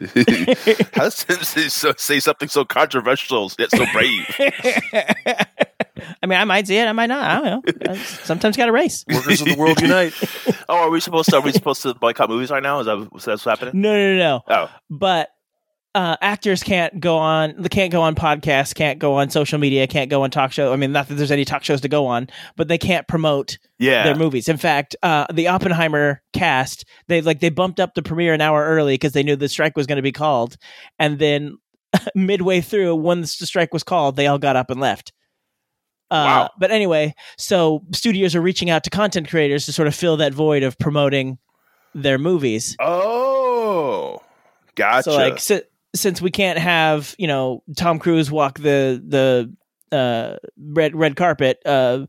how does Tim say, so, say something so controversial yet so brave? I I mean, I might see it. I might not. I don't know. I sometimes got to race. Workers of the world unite. Oh, are we supposed to? Are we supposed to boycott movies right now? Is that is that what's happening? No, no, no, no. Oh, But uh, actors can't go on. They can't go on podcasts. Can't go on social media. Can't go on talk show. I mean, not that there's any talk shows to go on, but they can't promote yeah. their movies. In fact, uh, the Oppenheimer cast they like they bumped up the premiere an hour early because they knew the strike was going to be called, and then midway through, when the s- strike was called, they all got up and left. Uh, Wow. But anyway, so studios are reaching out to content creators to sort of fill that void of promoting their movies. Oh, gotcha. So like si- since we can't have you know Tom Cruise walk the the uh, red red carpet, uh,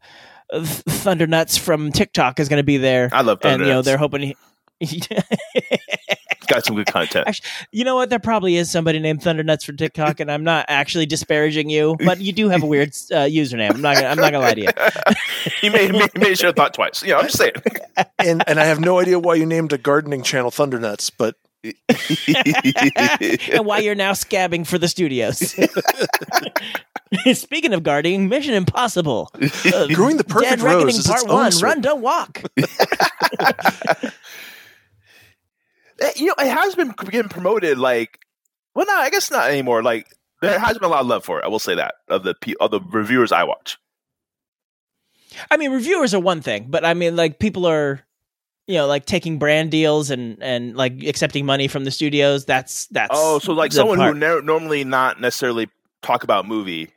Th- Thundernuts from TikTok is going to be there, I love and you know Thundernuts. they're hoping. He- Got some good content. Actually, you know what? There probably is somebody named Thundernuts for TikTok, and I'm not actually disparaging you, but you do have a weird uh, username. I'm not. Gonna, I'm not gonna lie to you. you made, made, made sure I thought twice. You know, I'm just saying. and and I have no idea why you named a gardening channel Thundernuts, but and why you're now scabbing for the studios. Speaking of guarding, Mission Impossible. Uh, Growing the Perfect Dead Reckoning Rose is Part its own One. sort- Run, don't walk. Eh, you know, it has been getting promoted. Like, well, no, I guess not anymore. Like, there has been a lot of love for it. I will say that of the pe- of the reviewers I watch. I mean, reviewers are one thing, but I mean, like people are, you know, like taking brand deals and and like accepting money from the studios. That's that's. Oh, so like the someone part. who ne- normally not necessarily talk about movie.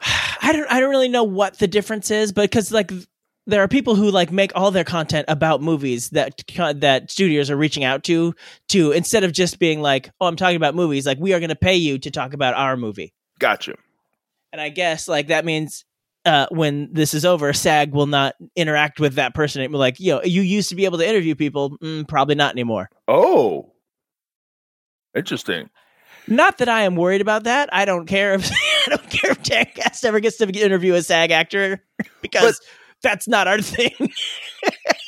I don't I don't really know what the difference is, but because like there are people who like make all their content about movies that co- that studios are reaching out to to instead of just being like, oh, I'm talking about movies. Like we are going to pay you to talk about our movie, Gotcha. and I guess like that means. Uh, when this is over, SAG will not interact with that person. It will like, you know, you used to be able to interview people, mm, probably not anymore. Oh, interesting. Not that I am worried about that. I don't care if I don't care if Dan Cast ever gets to interview a SAG actor because that's not our thing.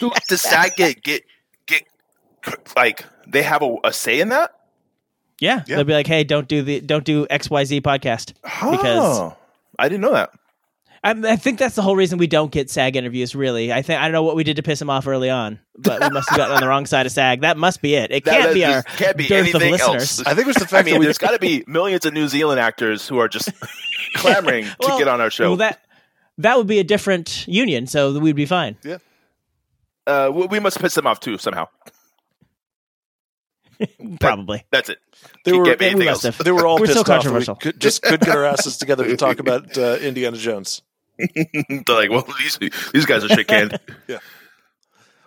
Do- Does SAG get get get like they have a, a say in that? Yeah. Yeah. They'll be like, hey, don't do the don't do XYZ podcast. Because- Huh. I didn't know that. I, I think that's the whole reason we don't get SAG interviews, really. I think I don't know what we did to piss him off early on, but we must have gotten on the wrong side of SAG. That must be it. It That- can't that be just our can't be dearth of anything listeners. else. I think it was the I fact mean, that we there's got to be millions of New Zealand actors who are just clamoring Well, to get on our show. Well that that would be a different union, so we'd be fine. uh, we, we must piss them off too somehow. Probably. That's it. They Can't were- get they- me anything we else. must have. they were all We're pissed so off that controversial. We could, just could get our asses together to talk about uh, Indiana Jones. They're like, well, these these guys are shit canned.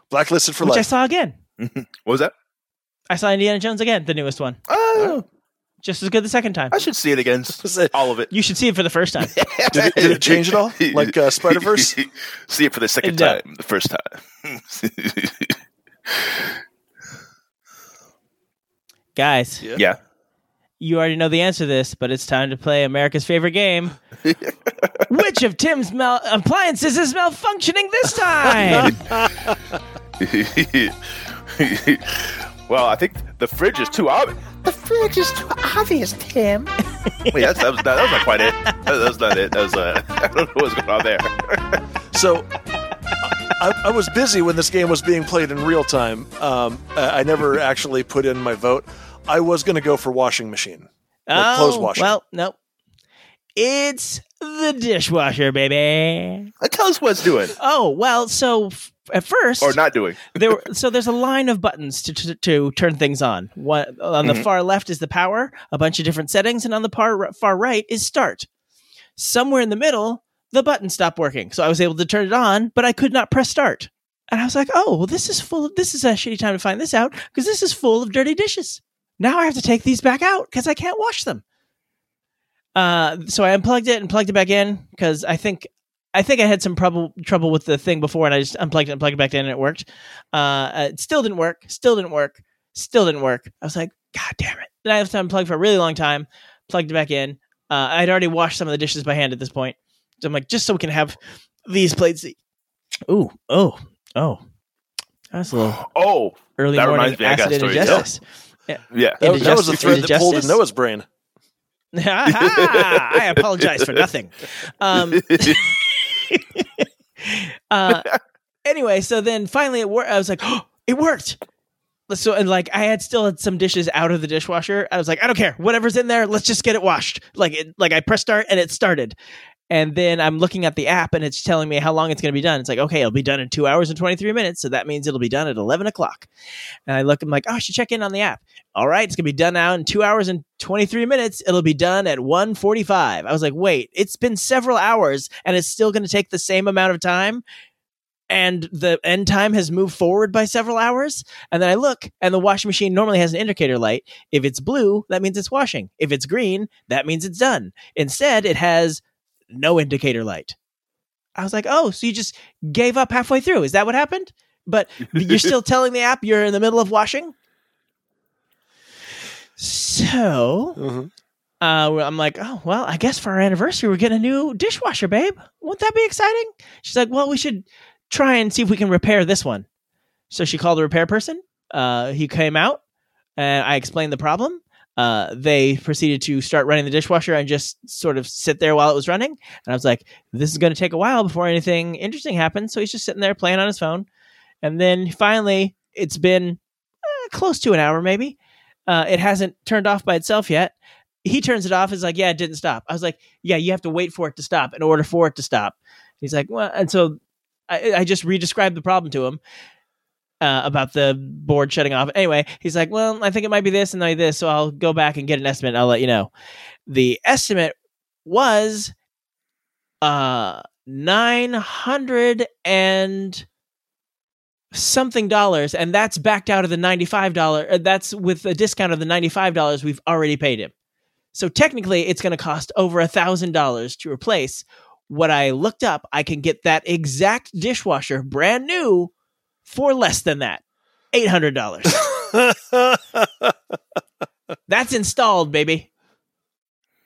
Blacklisted for Which I life. saw again. what was that? I saw Indiana Jones again, the newest one. Oh, Just as good the second time. I should see it again. All of it. You should see it for the first time. Did it- did it change at all? Like, uh, Spider-Verse? see it for the second No. time. The first time. Guys, Yeah. yeah. you already know the answer to this, but it's time to play America's favorite game. Which of Tim's mal- appliances is malfunctioning this time? well, I think the fridge is too obvious. The fridge is too obvious, Tim. Wait, that's, that, was, that was not quite it. That, that was not it. That was, uh, I don't know what's going on there. Uh, So I, I was busy when this game was being played in real time. Um, I I never actually put in my vote. I was going to go for washing machine. Like clothes washer. Oh, Well, no. It's the dishwasher, baby. Tell us what's doing Oh, well, so f- at first or not doing. there were, so there's a line of buttons to, to, to turn things on. One, on the far left is the power, a bunch of different settings, and on the par, far right is start. Somewhere in the middle, the button stopped working, so I was able to turn it on, but I could not press start. And I was like, "Oh, well, this is full of this is a shitty time to find this out because this is full of dirty dishes. Now I have to take these back out because I can't wash them." Uh, so I unplugged it and plugged it back in because I think I think I had some trouble trouble with the thing before, and I just unplugged it and plugged it back in, and it worked. Uh, uh, it still didn't work. Still didn't work. Still didn't work. I was like, God damn it! Then I left it unplugged for a really long time. Plugged it back in. Uh, I'd already washed some of the dishes by hand at this point, so I'm like, just so we can have these plates. Ooh, oh, oh, that's a little Oh, early That morning reminds me, I got a acid story to tell. injustice. yeah. That, was- that was the Indigestus- thread that pulled indigestus? in Noah's brain. Ah, I apologize for nothing. Um, uh, anyway, so then finally it worked. I was like, oh, it worked. So and like I had still had some dishes out of the dishwasher. I was like, I don't care, whatever's in there, let's just get it washed. Like it, like I pressed start and it started. And then I'm looking at the app and it's telling me how long it's going to be done. It's like, okay, it'll be done in two hours and 23 minutes. So that means it'll be done at 11 o'clock. And I look, I'm like, oh, I should check in on the app. All right, it's going to be done now in two hours and 23 minutes. It'll be done at 145. I was like, wait, it's been several hours and it's still going to take the same amount of time. And the end time has moved forward by several hours. And then I look, and the washing machine normally has an indicator light. If it's blue, that means it's washing. If it's green, that means it's done. Instead, it has no indicator light. I was like, oh, so you just gave up halfway through. Is that what happened? But you're still telling the app you're in the middle of washing? So uh, well, I'm like, oh, well, I guess for our anniversary, we're getting a new dishwasher, babe. Wouldn't that be exciting? She's like, well, we should try and see if we can repair this one. So she called the repair person. Uh, he came out and I explained the problem. Uh, they proceeded to start running the dishwasher and just sort of sit there while it was running. And I was like, this is going to take a while before anything interesting happens. So he's just sitting there playing on his phone. And then finally, it's been eh, close to an hour, maybe. Uh, it hasn't turned off by itself yet. He turns it off. Is like, yeah, it didn't stop. I was like, yeah, you have to wait for it to stop in order for it to stop. He's like, well, and so I, I just re-described the problem to him uh, about the board shutting off. Anyway, he's like, well, I think it might be this and like this, so I'll go back and get an estimate. And I'll let you know. The estimate was uh nine hundred and something dollars, and that's backed out of the ninety five dollar. Uh, that's with a discount of the ninety five dollars we've already paid him. So technically, it's going to cost over a thousand dollars to replace what I looked up. I can get that exact dishwasher brand new for less than that, eight hundred dollars. That's installed, baby.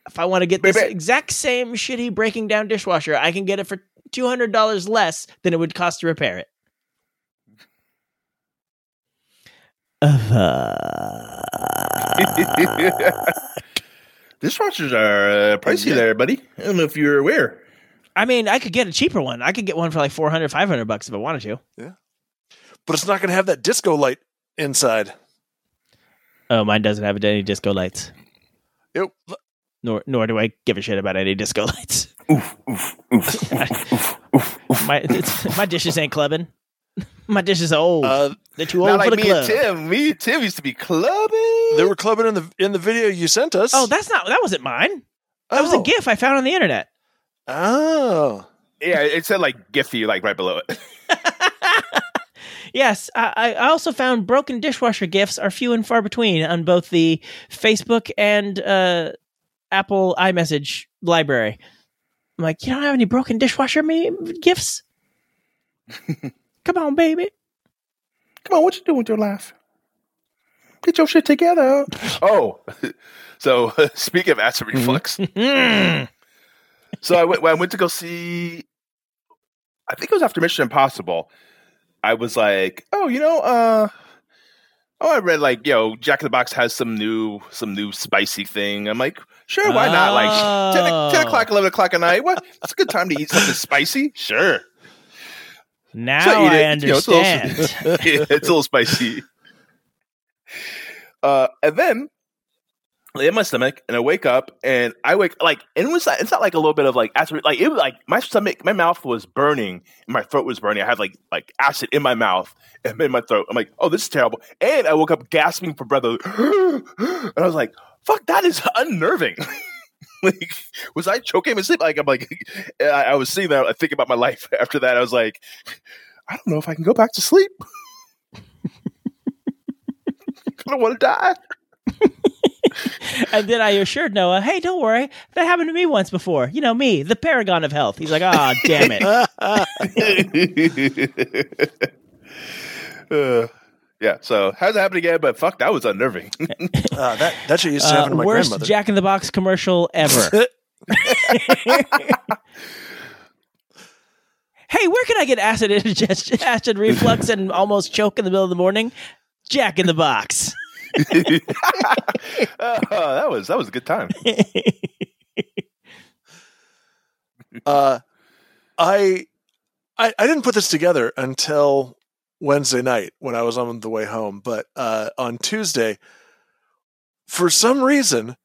If I want to get this Baby. exact same shitty breaking down dishwasher, I can get it for two hundred dollars less than it would cost to repair it. Uh-huh. Dishwashers are uh, pricey there, buddy. I don't know if you're aware. I mean, I could get a cheaper one. I could get one for like 400, 500 bucks if I wanted to. but it's not going to have that disco light inside. Oh, mine doesn't have any disco lights. It, uh, Nor nor do I give a shit about any disco lights. Oof, oof, oof, oof, oof, oof, oof. My it's, my dishes ain't clubbing. My dishes are old. uh, They're too old Not for like the me club. and Tim. Me and Tim used to be clubbing. they were clubbing in the in the video you sent us. Oh, that's not that wasn't mine. That was a Oh. gif I found on the internet. Oh, Yeah, it said like Giphy, like right below it. Yes, I, I also found broken dishwasher gifts are few and far between on both the Facebook and uh, Apple iMessage library. I'm like, you don't have any broken dishwasher me gifts? Come on, baby. Come on, what you doing with your life? Get your shit together. Oh, so speaking of acid reflux, Mm. so I went, when I went to go see, I think it was after Mission Impossible. I was like, oh, you know, uh, oh, I read like, yo, Jack in the Box has some new, some new spicy thing. I'm like, sure, why not? Like 10, o- 10 o'clock, 11 o'clock at night. What? It's a good time to eat something spicy. Sure. Now So, you I know, you know, it's a little- understand. yeah, it's a little spicy. Uh, and then I lay in my stomach, and I wake up, and I wake like, and it was not, it's not like a little bit of like acid, like it was like my stomach, my mouth was burning, and my throat was burning. I had like like acid in my mouth and in my throat. I'm like, oh, this is terrible. And I woke up gasping for breath, like, and I was like, fuck, that is unnerving. like, was I choking in sleep? Like, I'm like, I, I was sitting there, I think about my life after that. I was like, I don't know if I can go back to sleep. I don't want to die. and then I assured Noah, hey, don't worry. That happened to me once before. You know, me, the paragon of health. He's like, ah, damn it. Uh, yeah, so how's it happen again? But fuck, that was unnerving. uh, that that shit used to happen Uh, to my worst grandmother. Jack in the Box commercial ever. hey, where can I get acid indigestion, acid reflux, and almost choke in the middle of the morning? Jack in the Box. Uh, that was that was a good time. uh, I, I I didn't put this together until Wednesday night when I was on the way home. But uh, on Tuesday, for some reason,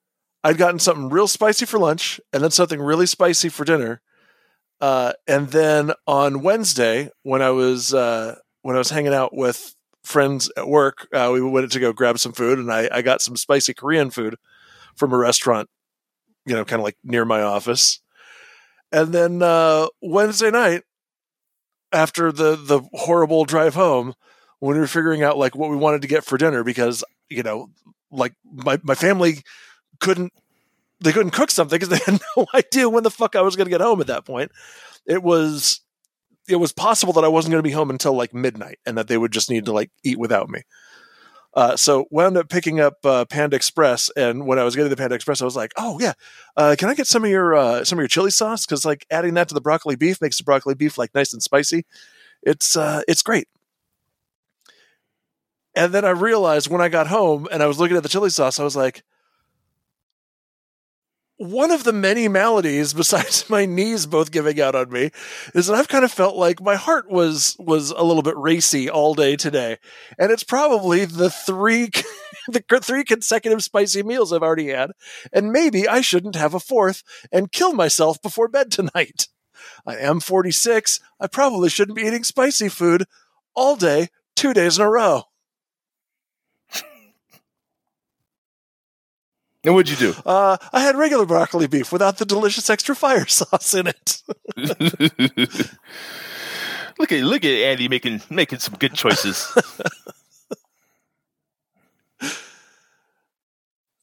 I'd gotten something real spicy for lunch, and then something really spicy for dinner. Uh, and then on Wednesday, when I was uh, when I was hanging out with friends at work, uh, we went to go grab some food, and I, I got some spicy Korean food from a restaurant, you know, kind of like near my office. And then uh, Wednesday night, after the the horrible drive home, when we were figuring out like what we wanted to get for dinner, because you know, like my my family couldn't they couldn't cook something because they had no idea when the fuck I was going to get home at that point. It was it was possible that I wasn't going to be home until like midnight, and that they would just need to like eat without me. Uh, so wound up picking up uh, Panda Express, and when I was getting the Panda Express, I was like, "Oh yeah, uh, can I get some of your uh, some of your chili sauce? Because like adding that to the broccoli beef makes the broccoli beef like nice and spicy. It's uh, it's great." And then I realized when I got home and I was looking at the chili sauce, I was like, one of the many maladies besides my knees both giving out on me is that I've kind of felt like my heart was was a little bit racy all day today, and it's probably the three the three consecutive spicy meals I've already had, and maybe I shouldn't have a fourth and kill myself before bed tonight. I am 46. I probably shouldn't be eating spicy food all day, two days in a row. And what'd you do? Uh, I had regular broccoli beef without the delicious extra fire sauce in it. look at look at Andy making making some good choices.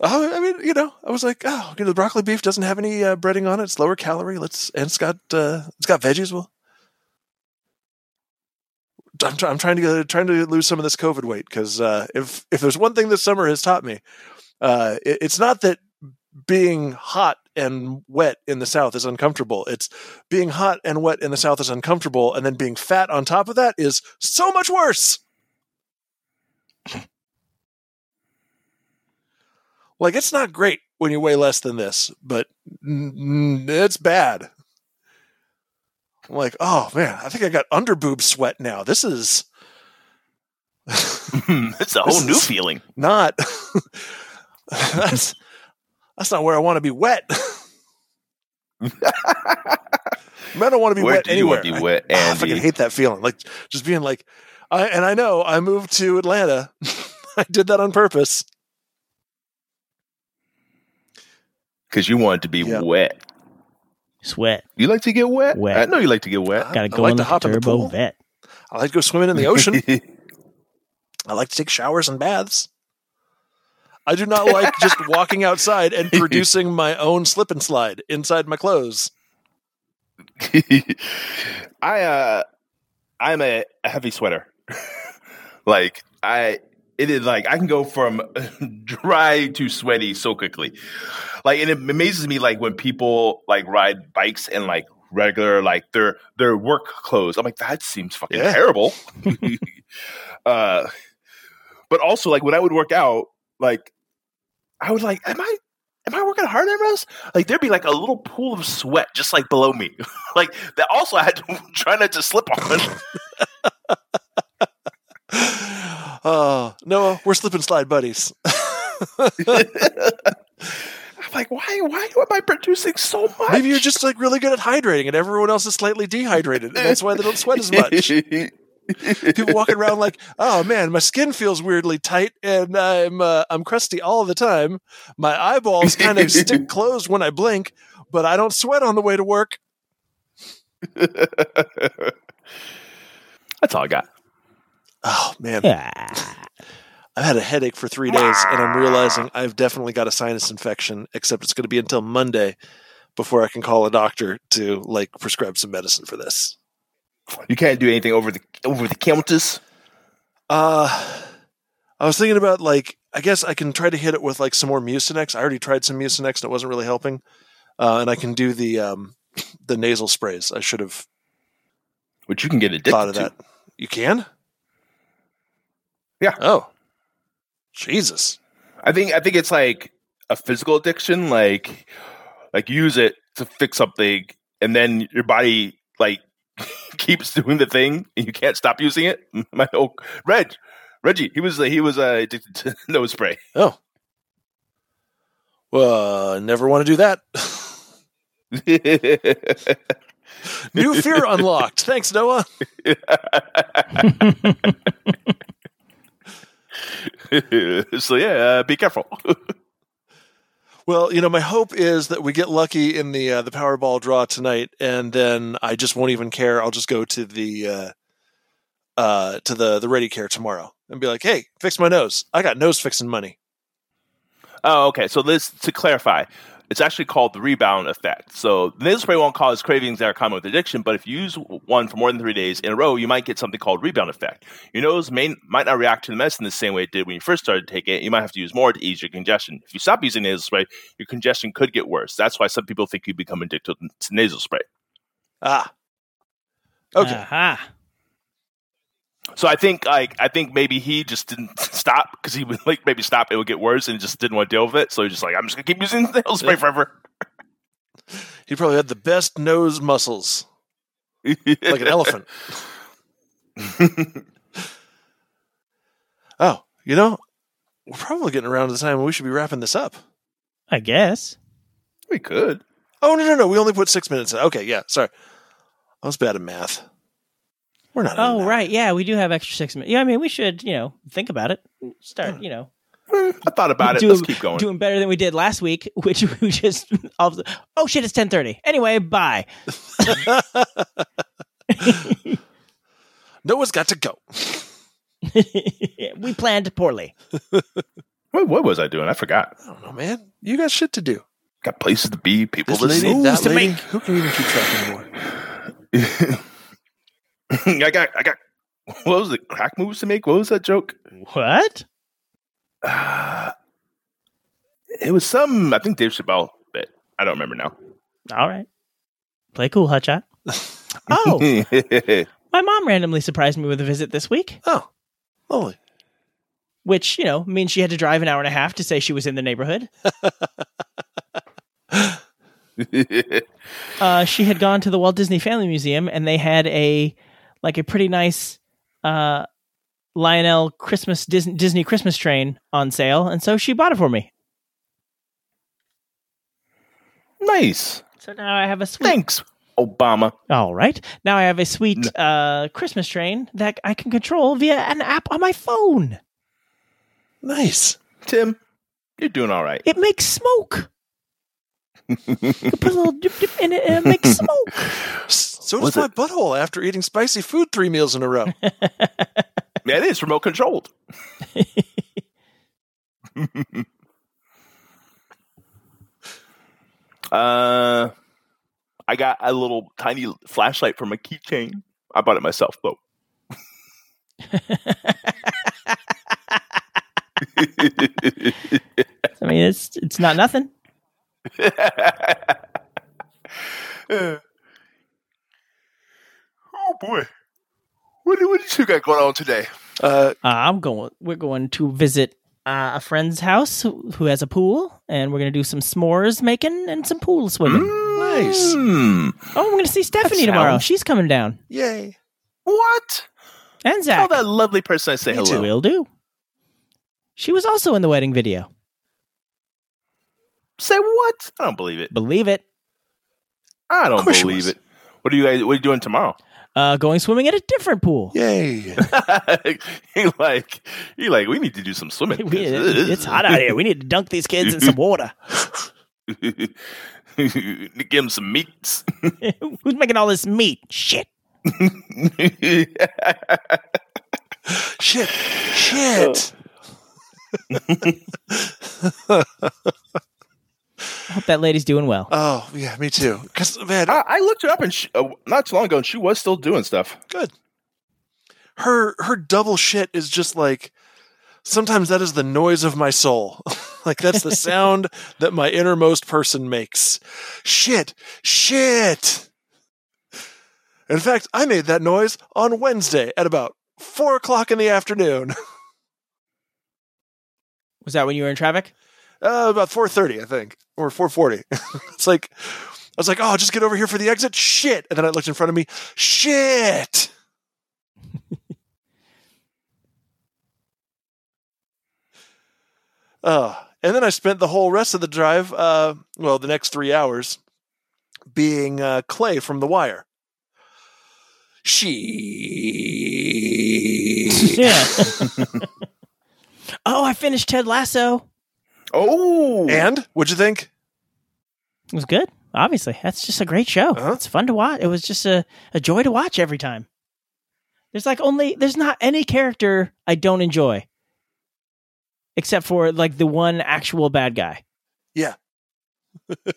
Uh, I mean, you know, I was like, oh, you know, the broccoli beef doesn't have any uh, breading on it. It's lower calorie. Let's and it's got uh, it's got veggies. Well, I'm, try- I'm trying to uh, trying to lose some of this COVID weight because uh, if if there's one thing this summer has taught me, uh, it- it's not that being hot and wet in the South is uncomfortable. It's being hot and wet in the South is uncomfortable, and then being fat on top of that is so much worse. Like it's not great when you weigh less than this, but n- n- it's bad. I'm like, oh man, I think I got underboob sweat now. This is it's a whole This new is- feeling. not. that's that's not where I want to be wet. Men don't want to be Where wet do you anywhere. want to be wet, I, I Andy? fucking hate that feeling. Like just being like, I and I know I moved to Atlanta. I did that on purpose. Because you wanted to be Yeah. wet. Sweat. You like to get wet? Wet. I know you like to get wet. Gotta I go like on to like hop in a the turbo pool. vet. I like to go swimming in the ocean. I like to take showers and baths. I do not like just walking outside and producing my own slip and slide inside my clothes. I uh I'm a, a heavy sweater. like I it is like I can go from dry to sweaty so quickly. Like and it amazes me like when people like ride bikes and like regular like their their work clothes. I'm like that seems fucking Yeah. terrible. uh but also like when I would work out like I would like am I am I working hard at this? Like there'd be like a little pool of sweat just like below me. like that also I had to try not to slip on. Oh, Noah, we're slip and slide buddies. I'm like, why why am I producing so much? Maybe you're just like really good at hydrating and everyone else is slightly dehydrated. And that's why they don't sweat as much. People walking around like, oh man, my skin feels weirdly tight and I'm uh, I'm crusty all the time. My eyeballs kind of stick closed when I blink, but I don't sweat on the way to work. That's all I got. Oh man, Yeah. I've had a headache for three days, and I'm realizing I've definitely got a sinus infection. Except it's going to be until Monday before I can call a doctor to like prescribe some medicine for this. You can't do anything over the over the counters. Uh, I was thinking about like I guess I can try to hit it with like some more Mucinex. I already tried some Mucinex and it wasn't really helping. Uh, and I can do the um, the nasal sprays. I should have Which you can get addicted thought of to. that. You can? Yeah. Oh. Jesus. I think I think it's like a physical addiction, like like you use it to fix something, and then your body like keeps doing the thing, and you can't stop using it. My oh, Reg, Reggie, he was he was uh, addicted to nose spray. Oh. Well, uh, never want to do that. New fear unlocked. Thanks, Noah. so yeah, uh, be careful. Well, you know, my hope is that we get lucky in the uh, the Powerball draw tonight, and then I just won't even care. I'll just go to the uh, uh, to the the Ready Care tomorrow and be like, "Hey, fix my nose. I got nose fixing money." Oh, okay. So this to clarify, it's actually called the rebound effect. So nasal spray won't cause cravings that are common with addiction, but if you use one for more than three days in a row, you might get something called rebound effect. Your nose may might not react to the medicine the same way it did when you first started taking it. You might have to use more to ease your congestion. If you stop using nasal spray, your congestion could get worse. That's why some people think you become addicted to nasal spray. Ah, okay. Aha. So I think like I think maybe he just didn't stop because he would like maybe stop it would get worse and just didn't want to deal with it. So he's just like I'm just gonna keep using nail spray forever. He probably had the best nose muscles, like an elephant. Oh, you know, we're probably getting around to the time when we should be wrapping this up. I guess. we could. Oh no, no, no! We only put six minutes in. Okay, yeah, sorry. I was bad at math. We're not. in Oh that. right, yeah, we do have extra six minutes. Yeah, I mean, we should, you know, think about it. Hmm. Start, you know, Eh, I thought about it. doing, Let's keep going. doing better than we did last week, which we just all of a sudden, oh shit, it's ten thirty. Anyway, bye. Noah's got to go. we planned poorly. what, what was I doing? I forgot. I don't know, Oh, man. You got shit to do. Got places to be, people to lady, see. that to lady, make. Who can even keep track anymore? I got I got what was it? Crack moves to make? What was that joke? What? Uh, it was some I think Dave Chappelle bit. I don't remember now. All right, play cool, Hotshot. Oh, my mom randomly surprised me with a visit this week, Oh, holy. which you know means she had to drive an hour and a half to say she was in the neighborhood. uh, she had gone to the Walt Disney Family Museum and they had a like a pretty nice uh, Lionel Christmas Disney, Disney Christmas train on sale, and so she bought it for me. nice. So now I have a sweet. Thanks, Obama. All right, now I have a sweet uh, Christmas train that I can control via an app on my phone. Nice. Tim, you're doing all right. It makes smoke. you put a little dip dip in it and it makes smoke. So Was does my butthole after eating spicy food three meals in a row. Yeah, it is remote controlled. uh, I got a little tiny flashlight from a keychain. I bought it myself, though. I mean, it's it's not nothing. oh boy, what do what do you two got going on today? Uh, Uh, I'm going. We're going to visit uh, a friend's house who, who has a pool, and we're going to do some s'mores making and some pool swimming. nice. Hmm. Oh, we're going to see Stephanie sounds- tomorrow. She's coming down, Yay. What? and Tell Zach. that lovely person I say hello. will do. She was also in the wedding video. Say what? I don't believe it. Believe it. I Of don't course she believe was. it. What are you guys? What are you doing tomorrow? Uh, going swimming at a different pool. Yay. he like he like we need to do some swimming. We- it's hot out here. We need to dunk these kids in some water. Give him some meats. Who's making all this meat? Shit. Shit. Shit. Hope that lady's doing well. Oh, yeah, me too. Because, man, I, I looked her up and she, uh, not too long ago, and she was still doing stuff. good. Her her double shit is just like sometimes that is the noise of my soul. like that's the sound that my innermost person makes. Shit. Shit. In fact, I made that noise on Wednesday at about four o'clock in the afternoon. Was that when you were in traffic? Uh, about 4:30, I think, or 4:40. it's like I was like, "Oh, just get over here for the exit." Shit. And then I looked in front of me. Shit. uh, and then I spent the whole rest of the drive, uh, well, the next 3 hours being uh, Clay from The Wire. She Yeah. oh, I finished Ted Lasso. Oh, And what'd you think? It was good. Obviously, that's just a great show. Uh-huh. It's fun to watch. It was just a, a joy to watch every time. There's like only there's not any character I don't enjoy, except for like the one actual bad guy. Yeah.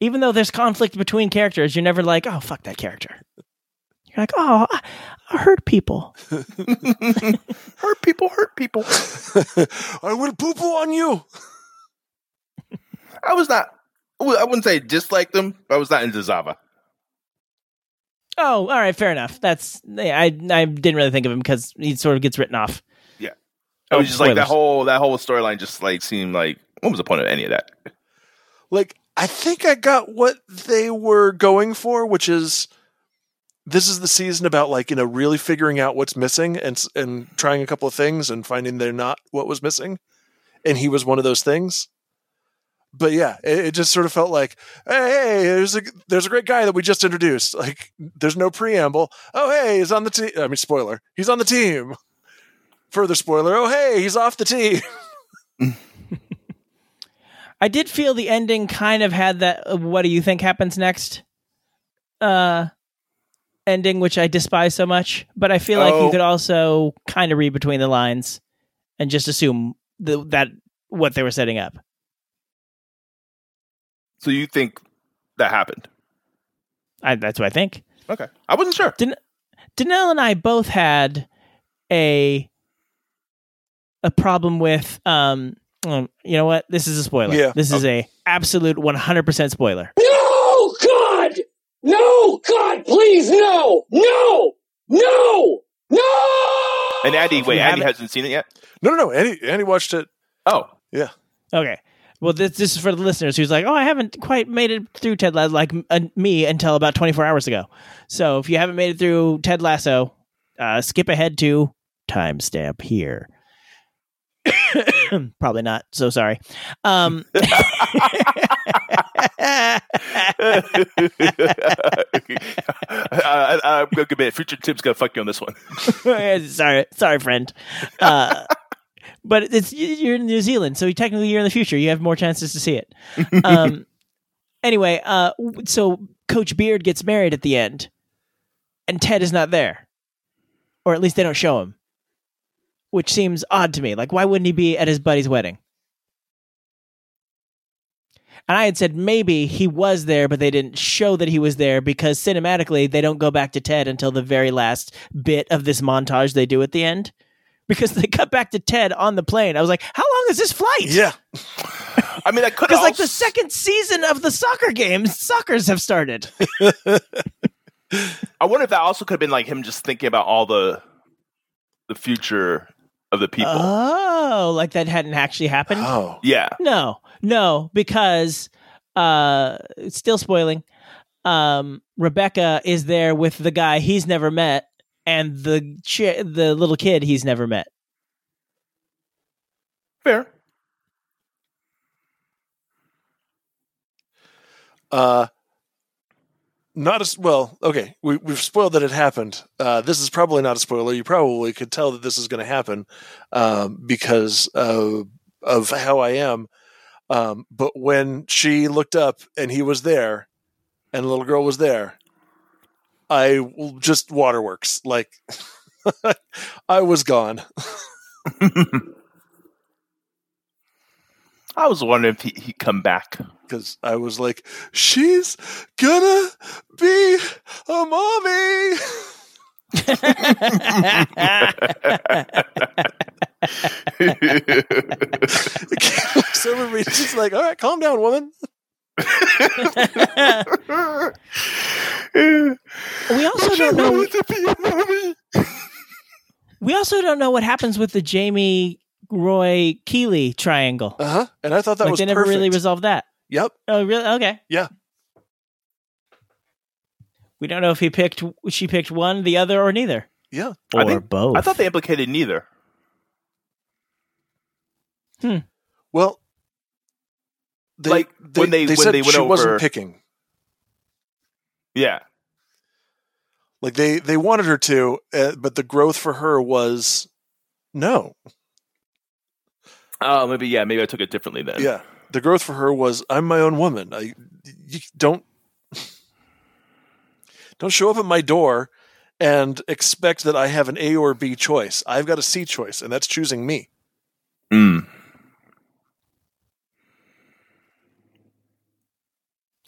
Even though there's conflict between characters, you're never like, oh fuck that character. You're like, oh, I, I hurt people. hurt people, hurt people. I will poo poo on you. I was not. well, I wouldn't say disliked them, but I was not into Zava. Oh, all right, fair enough. That's yeah, I I didn't really think of him because he sort of gets written off. I was Oh, just like that spoilers. whole that whole storyline just like seemed like what was the point of any of that? like I think I got what they were going for, which is this is the season about like you know really figuring out what's missing and s- and trying a couple of things and finding they're not what was missing, and he was one of those things. But yeah, it, it just sort of felt like, hey, hey, there's a there's a great guy that we just introduced. Like, there's no preamble. Oh, hey, he's on the team. I mean, spoiler, he's on the team. Further spoiler. Oh, hey, he's off the team. I did feel the ending kind of had that uh, what do you think happens next uh ending which I despise so much, but I feel like Oh. you could also kind of read between the lines and just assume the, that what they were setting up. So you think that happened? I, that's what I think. Okay, I wasn't sure. Danelle and I both had a a problem with um um, you know what? This is a spoiler. Yeah. This is a absolute 100% spoiler. No, God! No, God, please, no! No! No! No! And Andy, you wait, Andy haven't- hasn't seen it yet. No, no, no. Andy, Andy watched it. Oh, Okay. Well, this, this is for the listeners who's like, oh, I haven't quite made it through Ted Lasso, like uh, me, until about 24 hours ago. So if you haven't made it through Ted Lasso, uh, skip ahead to timestamp here. Probably not. So sorry. Um, Uh, I, I, I'm gonna commit. uh, Future Tim's gonna fuck you on this one. sorry, sorry, friend. Uh, but it's you- you're in New Zealand, so technically you're in the future. You have more chances to see it. Um, anyway, uh, w- so Coach Beard gets married at the end, and Ted is not there, or at least they don't show him, which seems odd to me. Like, why wouldn't he be at his buddy's wedding? And I had said maybe he was there, but they didn't show that he was there because cinematically they don't go back to Ted until the very last bit of this montage they do at the end. Because they cut back to Ted on the plane. I was like, how long is this flight? Yeah. I mean, I could Because like the second season of the soccer games, suckers have started. I wonder if that also could have been like him just thinking about all the the future of the people. oh, like that hadn't actually happened. Oh. yeah. No, no, because uh it's still spoiling. Um Rebecca is there with the guy he's never met and the chi- the little kid he's never met. Fair. Uh, not as well. Okay, we, we've spoiled that it happened. Uh, this is probably not a spoiler. You probably could tell that this is going to happen um, because uh, of how I am. Um, but when she looked up and he was there, and the little girl was there, I w- just waterworks like I was gone. I was wondering if he, he'd come back. because I was like, she's gonna be a mommy. so we were just like, all right, calm down, woman. We also don't know to be a mommy. We also don't know what happens with the Jamie Roy Keeley triangle. Uh huh. And I thought that like was they never really perfect. resolved that. Yep. Oh, really? Okay. Yeah. We don't know if he picked she picked one, the other, or neither. Yeah. Or I think, both. I thought they implicated neither. Well, they, Like, they, when they- they when said they went she over- wasn't picking. Yeah. Like they they wanted her to, uh, but the growth for her was no. Oh, maybe yeah. Maybe I took it differently then. Yeah, the growth for her was I'm my own woman. I you don't don't show up at my door and expect that I have an A or B choice. I've got a C choice, and that's choosing me. Mm.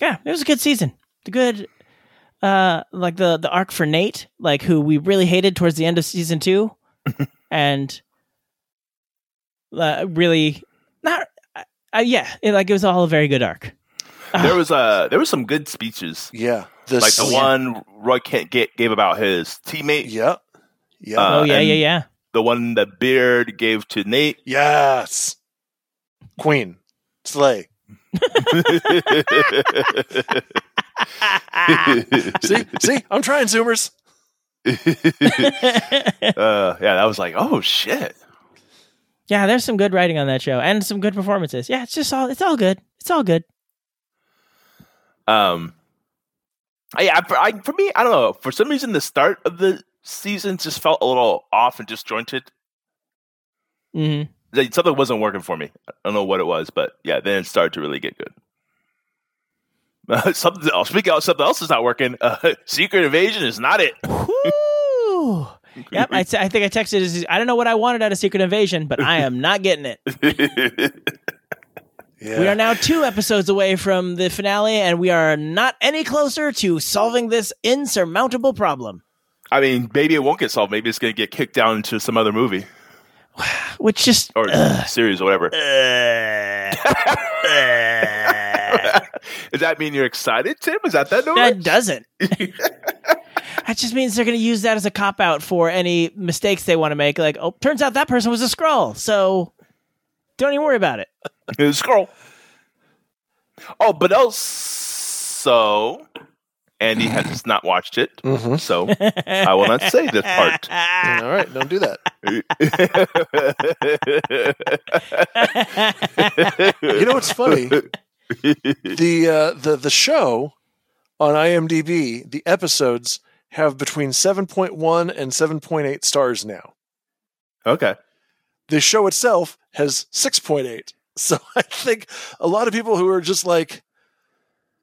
Yeah, it was a good season. The good uh like the the arc for Nate, like who we really hated towards the end of season 2 and uh, really not uh, yeah, it, like it was all a very good arc. There was uh there was some good speeches. Yeah, this, like the one Roy Kent ga- gave about his teammate. Yeah, yeah, Uh, oh yeah, and yeah, yeah. The one that Beard gave to Nate. yes, Queen Slay. See, see, I'm trying, Zoomers. uh, yeah, that was like, oh shit. Yeah, there's some good writing on that show and some good performances. Yeah, it's just all it's all good. It's all good. Um, I, I, for, I for me, I don't know. For some reason, the start of the season just felt a little off and disjointed. hmm Like, something wasn't working for me. I don't know what it was, but yeah, then it started to really get good. something else. Speaking of something else is not working. Uh, Secret Invasion is not it. Woo! yep, I, t- I think I texted. this is- I don't know what I wanted out of Secret Invasion, but I am not getting it. Yeah. We are now two episodes away from the finale, and we are not any closer to solving this insurmountable problem. I mean, maybe it won't get solved. Maybe it's going to get kicked down into some other movie Which just Oh, or series or whatever. Does that mean you're excited, Tim? Is that that noise? that doesn't. that just means they're going to use that as a cop out for any mistakes they want to make. Like, oh, turns out that person was a scroll, so don't even worry about it. Scroll. Oh, but also, Andy has not watched it, Mhm. so I will not say this part. All right, don't do that. You know what's funny? the uh, the the show on IMDb, the episodes have between 7.1 and 7.8 stars now. okay. The show itself has 6.8. So I think a lot of people who are just like,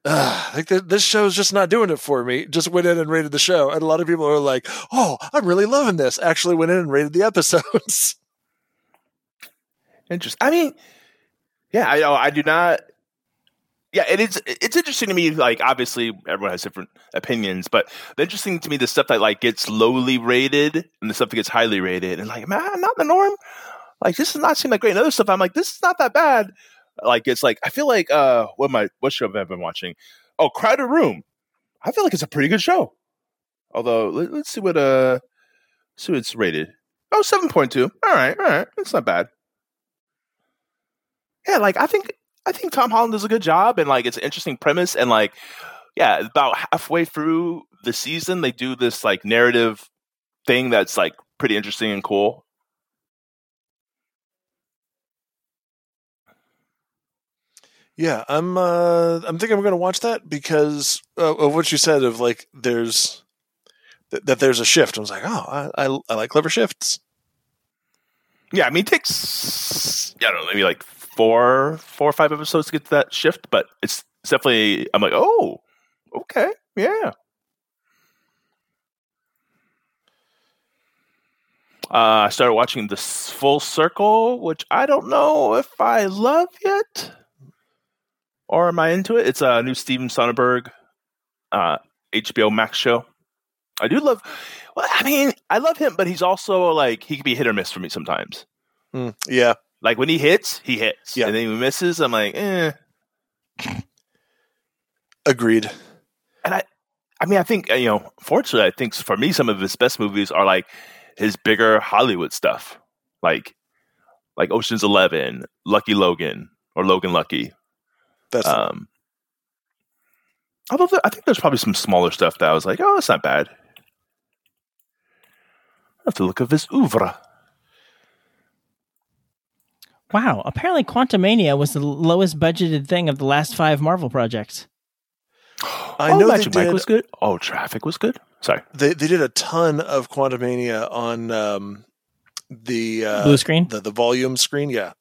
"Ugh, I think that this show is just not doing it for me. Just went in and rated the show, and a lot of people are like, "Oh, I'm really loving this." Actually, went in and rated the episodes. Interesting. I mean, yeah, I know. I do not. Yeah, it is. It's interesting to me. Like, obviously, everyone has different opinions, but the interesting to me the stuff that like gets lowly rated and the stuff that gets highly rated, and like, man, not the norm. Like, this does not seem that great. And other stuff, I'm like, this is not that bad. Like, it's like I feel like uh, what am I? What show have I been watching? Oh, Crowded Room. I feel like it's a pretty good show. Although, let, let's see what uh, see what it's rated. Oh, 7.2. All right, all right, it's not bad yeah, like I think I think Tom Holland does a good job, and like it's an interesting premise, and like yeah, about halfway through the season, they do this like narrative thing that's like pretty interesting and cool. Yeah, I'm. Uh, I'm thinking I'm going to watch that because uh, of what you said of like there's that, that there's a shift. I was like, oh, I, I, I like clever shifts. Yeah, I mean, it takes I don't know, maybe like four, four or five episodes to get to that shift, but it's it's definitely. I'm like, oh, okay, yeah. Uh, I started watching this Full Circle, which I don't know if I love yet, or am I into it? It's a new Steven Sonnenberg uh, HBO Max show. I do love. Well, I mean, I love him, but he's also like he can be hit or miss for me sometimes. Mm, yeah, Like when he hits, he hits, Yeah. and then he misses. I'm like, eh. agreed. And I, I mean, I think uh, you know, fortunately, I think for me, some of his best movies are like his bigger Hollywood stuff, like like Ocean's Eleven, Lucky Logan, or Logan Lucky. That's Uh, um. Although there, I think there's probably some smaller stuff that I was like, oh, that's not bad. I have to look up his oeuvre. Wow. Apparently, Quantumania was the lowest budgeted thing of the last five Marvel projects. I oh, know Magic they Mike did- was good. Oh, Traffic was good. Sorry. They they did a ton of Quantumania on um, the uh, Blue screen? the, the volume screen. Yeah,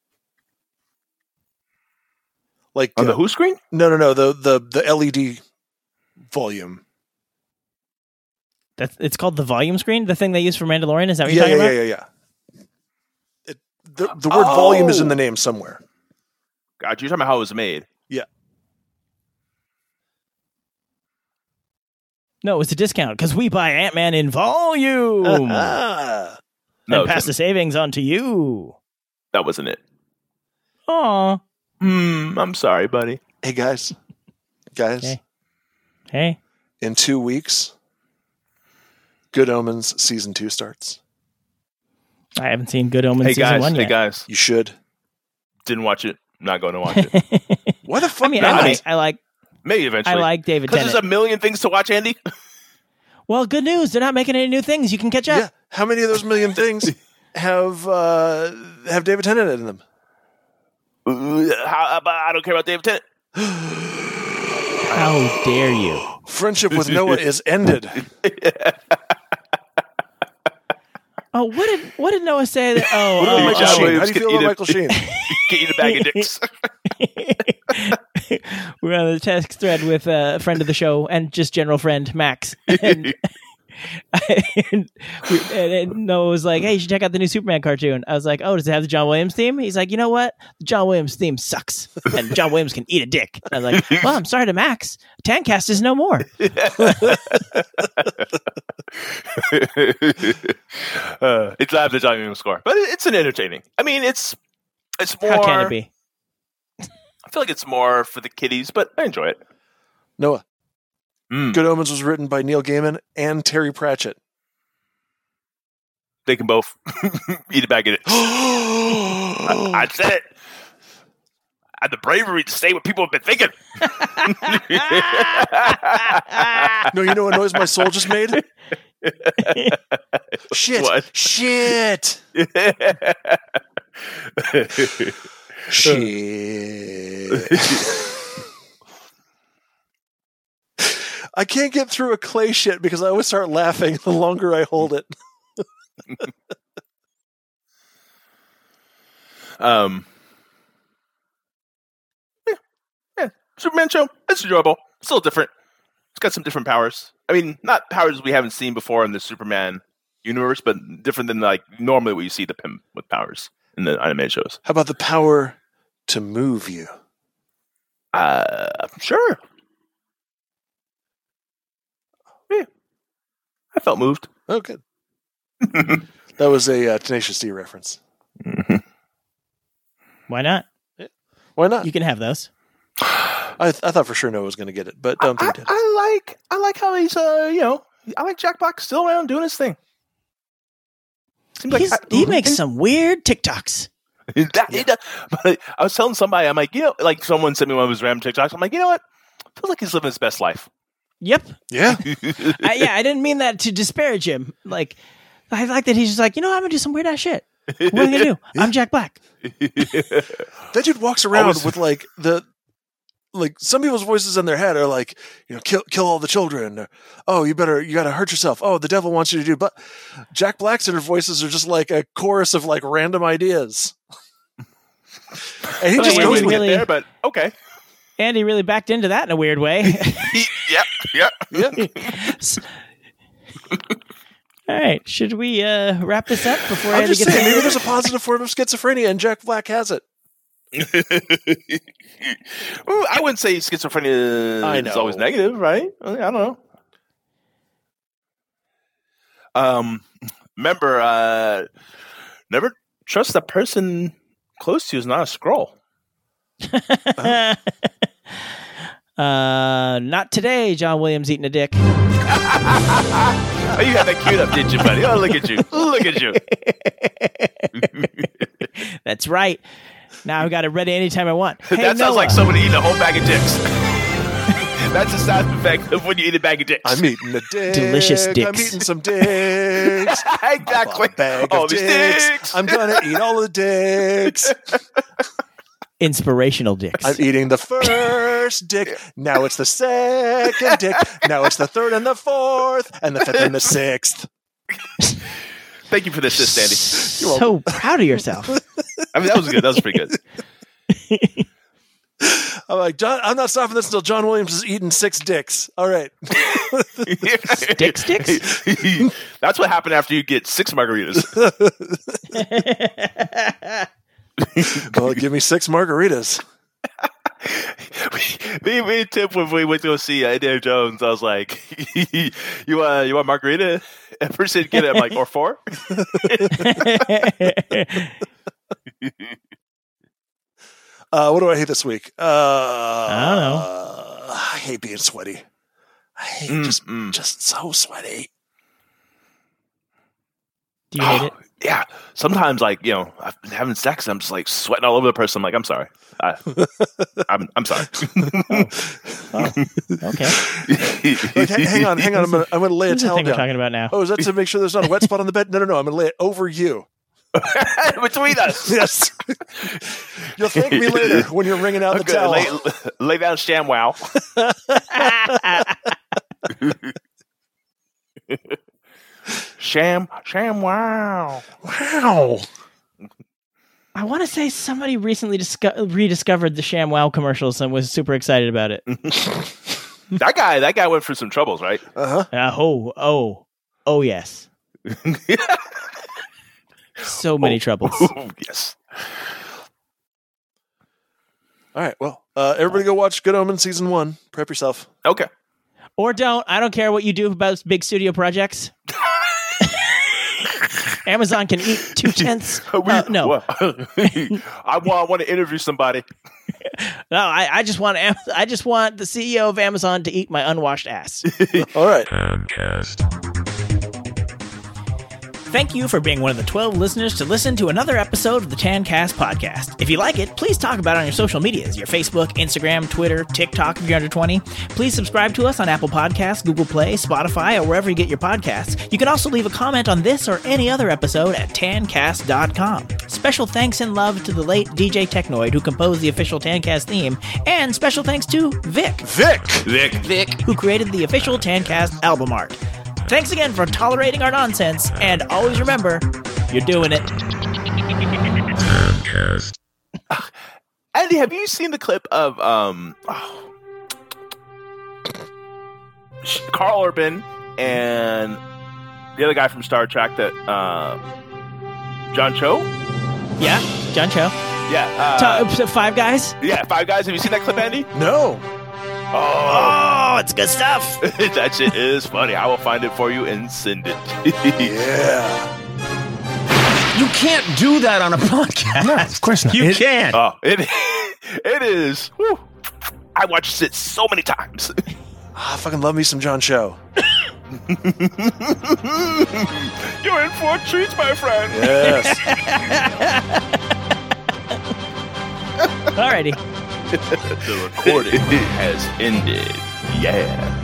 like On the uh, Who screen? No, no, no. The the the LED volume. That's it's called the volume screen, the thing they use for Mandalorian. Is that what yeah, you're yeah, talking yeah, about? yeah, yeah. It, the the word volume is in the name somewhere. God, you're talking about how it was made. No, it was a discount because we buy Ant Man in volume Ah, No, and pass the savings on to you. that wasn't it. Aw. Mm, I'm sorry, buddy. hey guys, guys. Okay. Hey. In two weeks, Good Omens season two starts. I haven't seen Good Omens hey season guys, one hey yet. guys, You should. didn't watch it. Not going to watch it. Why the fuck? I mean, No, I I like, mean- I like, Maybe eventually. I like David because Tennant. there's a million things to watch, Andy. well, good news. They're not making any new things. You can catch up. yeah. How many of those million things have uh, have David Tennant in them? Ooh, how- about- I don't care about David Tennant. How dare you? Friendship with Noah is ended. Oh, what did what did Noah say? That, oh, did oh, Michael oh. Sheen? How do you feel about Michael Sheen? Get you the bag of dicks. We're on the text thread with uh, a friend of the show and just general friend Max. And, and, we, and, and Noah was like, "Hey, you should check out the new Superman cartoon." I was like, "Oh, does it have the John Williams theme?" He's like, "You know what? The John Williams theme sucks, and John Williams can eat a dick." I was like, "Well, I'm sorry to Max. Tancast is no more." uh, it's not the John Williams score, but it- it's an entertaining. I mean, it's it's more. How can it be? I feel like it's more for the kiddies, but I enjoy it. Noah. Mm. Good Omens was written by Neil Gaiman and Terry Pratchett. They can both eat a bag of dicks. I said it. I had the bravery to say what people have been thinking. No, you know what noise my soul just made? Shit. What? Shit. Shit. I can't get through a clay shit because I always start laughing the longer I hold it. um, yeah, yeah, Superman show. It's enjoyable. It's a little different. It's got some different powers. I mean, not powers we haven't seen before in the Superman universe, but different than like normally what you see the him with powers in the animated shows. How about the power to move you? Uh, sure. Yeah, I felt moved. Oh, good. that was a uh, Tenacious D reference. Why not? Why not? You can have those. I, th- I thought for sure Noah was going to get it, but I don't think he I, did. I like I like how he's uh you know I like Jack Black still around doing his thing. Seems He's- I- he makes some weird TikToks. That- he does- but I was telling somebody I'm like you know like someone sent me one of his ram TikToks I'm like you know what feels like he's living his best life. Yep. Yeah. I, yeah, I didn't mean that to disparage him. Like, I like that he's just like, you know, what, I'm gonna do some weird ass shit. What am I gonna do? I'm Jack Black. That dude walks around Always- with like the like some people's voices in their head are like, you know, kill kill all the children. Or, oh, you better you got to hurt yourself. Oh, the devil wants you to do. But Jack Black's inner voices are just like a chorus of like random ideas. and he Oh, just yeah, goes yeah, with it. yeah. really- there, but okay. And he really backed into that in a weird way. He, yep, yep. All right, should we uh, wrap this up before I'm Andy just gets saying, maybe angry? there's a positive form of schizophrenia, and Jack Black has it. Ooh, I wouldn't say schizophrenia I is know. always negative, right? I don't know. Um, remember, uh, never trust the person close to you is not a scroll. uh, not today, John Williams eating a dick. Oh, you had that queued up, did you, buddy? Oh, look at you. Look at you. That's right. Now I've got it ready anytime I want. Hey, that sounds like Noah. somebody eating a whole bag of dicks. That's the sound effect of when you eat a bag of dicks. I'm eating a dick. Delicious I'm dicks. eating some dicks. exactly. Bag All of these dicks. dicks. I'm gonna eat all the dicks. Inspirational dicks. I'm eating the first dick. Now it's the second dick. Now it's the third and the fourth and the fifth and the sixth. Thank you for this, sis, Sandy. so proud of yourself. I mean, that was good. That was pretty good. I'm like, John, I'm not stopping this until John Williams is eating six dicks. All right. Dick sticks? That's what happened after you get six margaritas. Well, give me six margaritas. me, me and Tip, when we went to go see uh, Indiana Jones, I was like, "You want you want margarita?" And first didn't get it. I'm like, "Or four? Uh, what do I hate this week? Uh, I I don't know. Mm. I hate being sweaty. I hate just mm. just so sweaty. Do you hate it? Yeah. Sometimes, like you know, I've been having sex, and I'm just like sweating all over the person. I'm like, "I'm sorry. I, I'm I'm sorry." Okay. Like, hang, hang on, hang on. I'm gonna, I'm gonna lay a This is the towel thing we're down. talking about now. Oh, is that to make sure there's not a wet spot on the bed? No, no, no. I'm gonna lay it over you. Between us, Yes. You'll thank me later when you're wringing out the Okay, towel. lay, lay down, sham wow. sham, sham wow. Wow. I want to say somebody recently disco- rediscovered the ShamWow commercials and was super excited about it. That guy, that guy went through some troubles, right? Uh huh. Uh, oh, oh, oh, yes. so many troubles. yes. All right. Well, uh, everybody go watch Good Omen season one. Prep yourself. Okay. Or don't. I don't care what you do about big studio projects. Amazon can eat two tenths. Uh, no, Well, I, wa- I want to interview somebody. no. I, I just want Am- I just want the CEO of Amazon to eat my unwashed ass. All right. Thank you for being one of the 12 listeners to listen to another episode of the Tancast podcast. If you like it, please talk about it on your social medias, your Facebook, Instagram, Twitter, TikTok if you're under 20. Please subscribe to us on Apple Podcasts, Google Play, Spotify, or wherever you get your podcasts. You can also leave a comment on this or any other episode at tancast.com. Special thanks and love to the late DJ Technoid who composed the official Tancast theme, and special thanks to Vic Vic. Vic. who created the official Tancast album art. Thanks again for tolerating our nonsense, and always remember, you're doing it. Andy, have you seen the clip of um oh, Carl Urban and the other guy from Star Trek that uh John Cho? yeah, John Cho. Yeah. Uh, Ta- uh, five guys. yeah, five guys. Have you seen that clip, Andy? No. Oh, Oh, it's good stuff. that shit is funny. I will find it for you and send it. Yeah. You can't do that on a podcast. No, of course not. You can't. oh, it it is. whew. I watched it so many times. Ah, I fucking love me some John Cho. You're in for treats, my friend. Yes. Alrighty. The recording has ended. Yeah.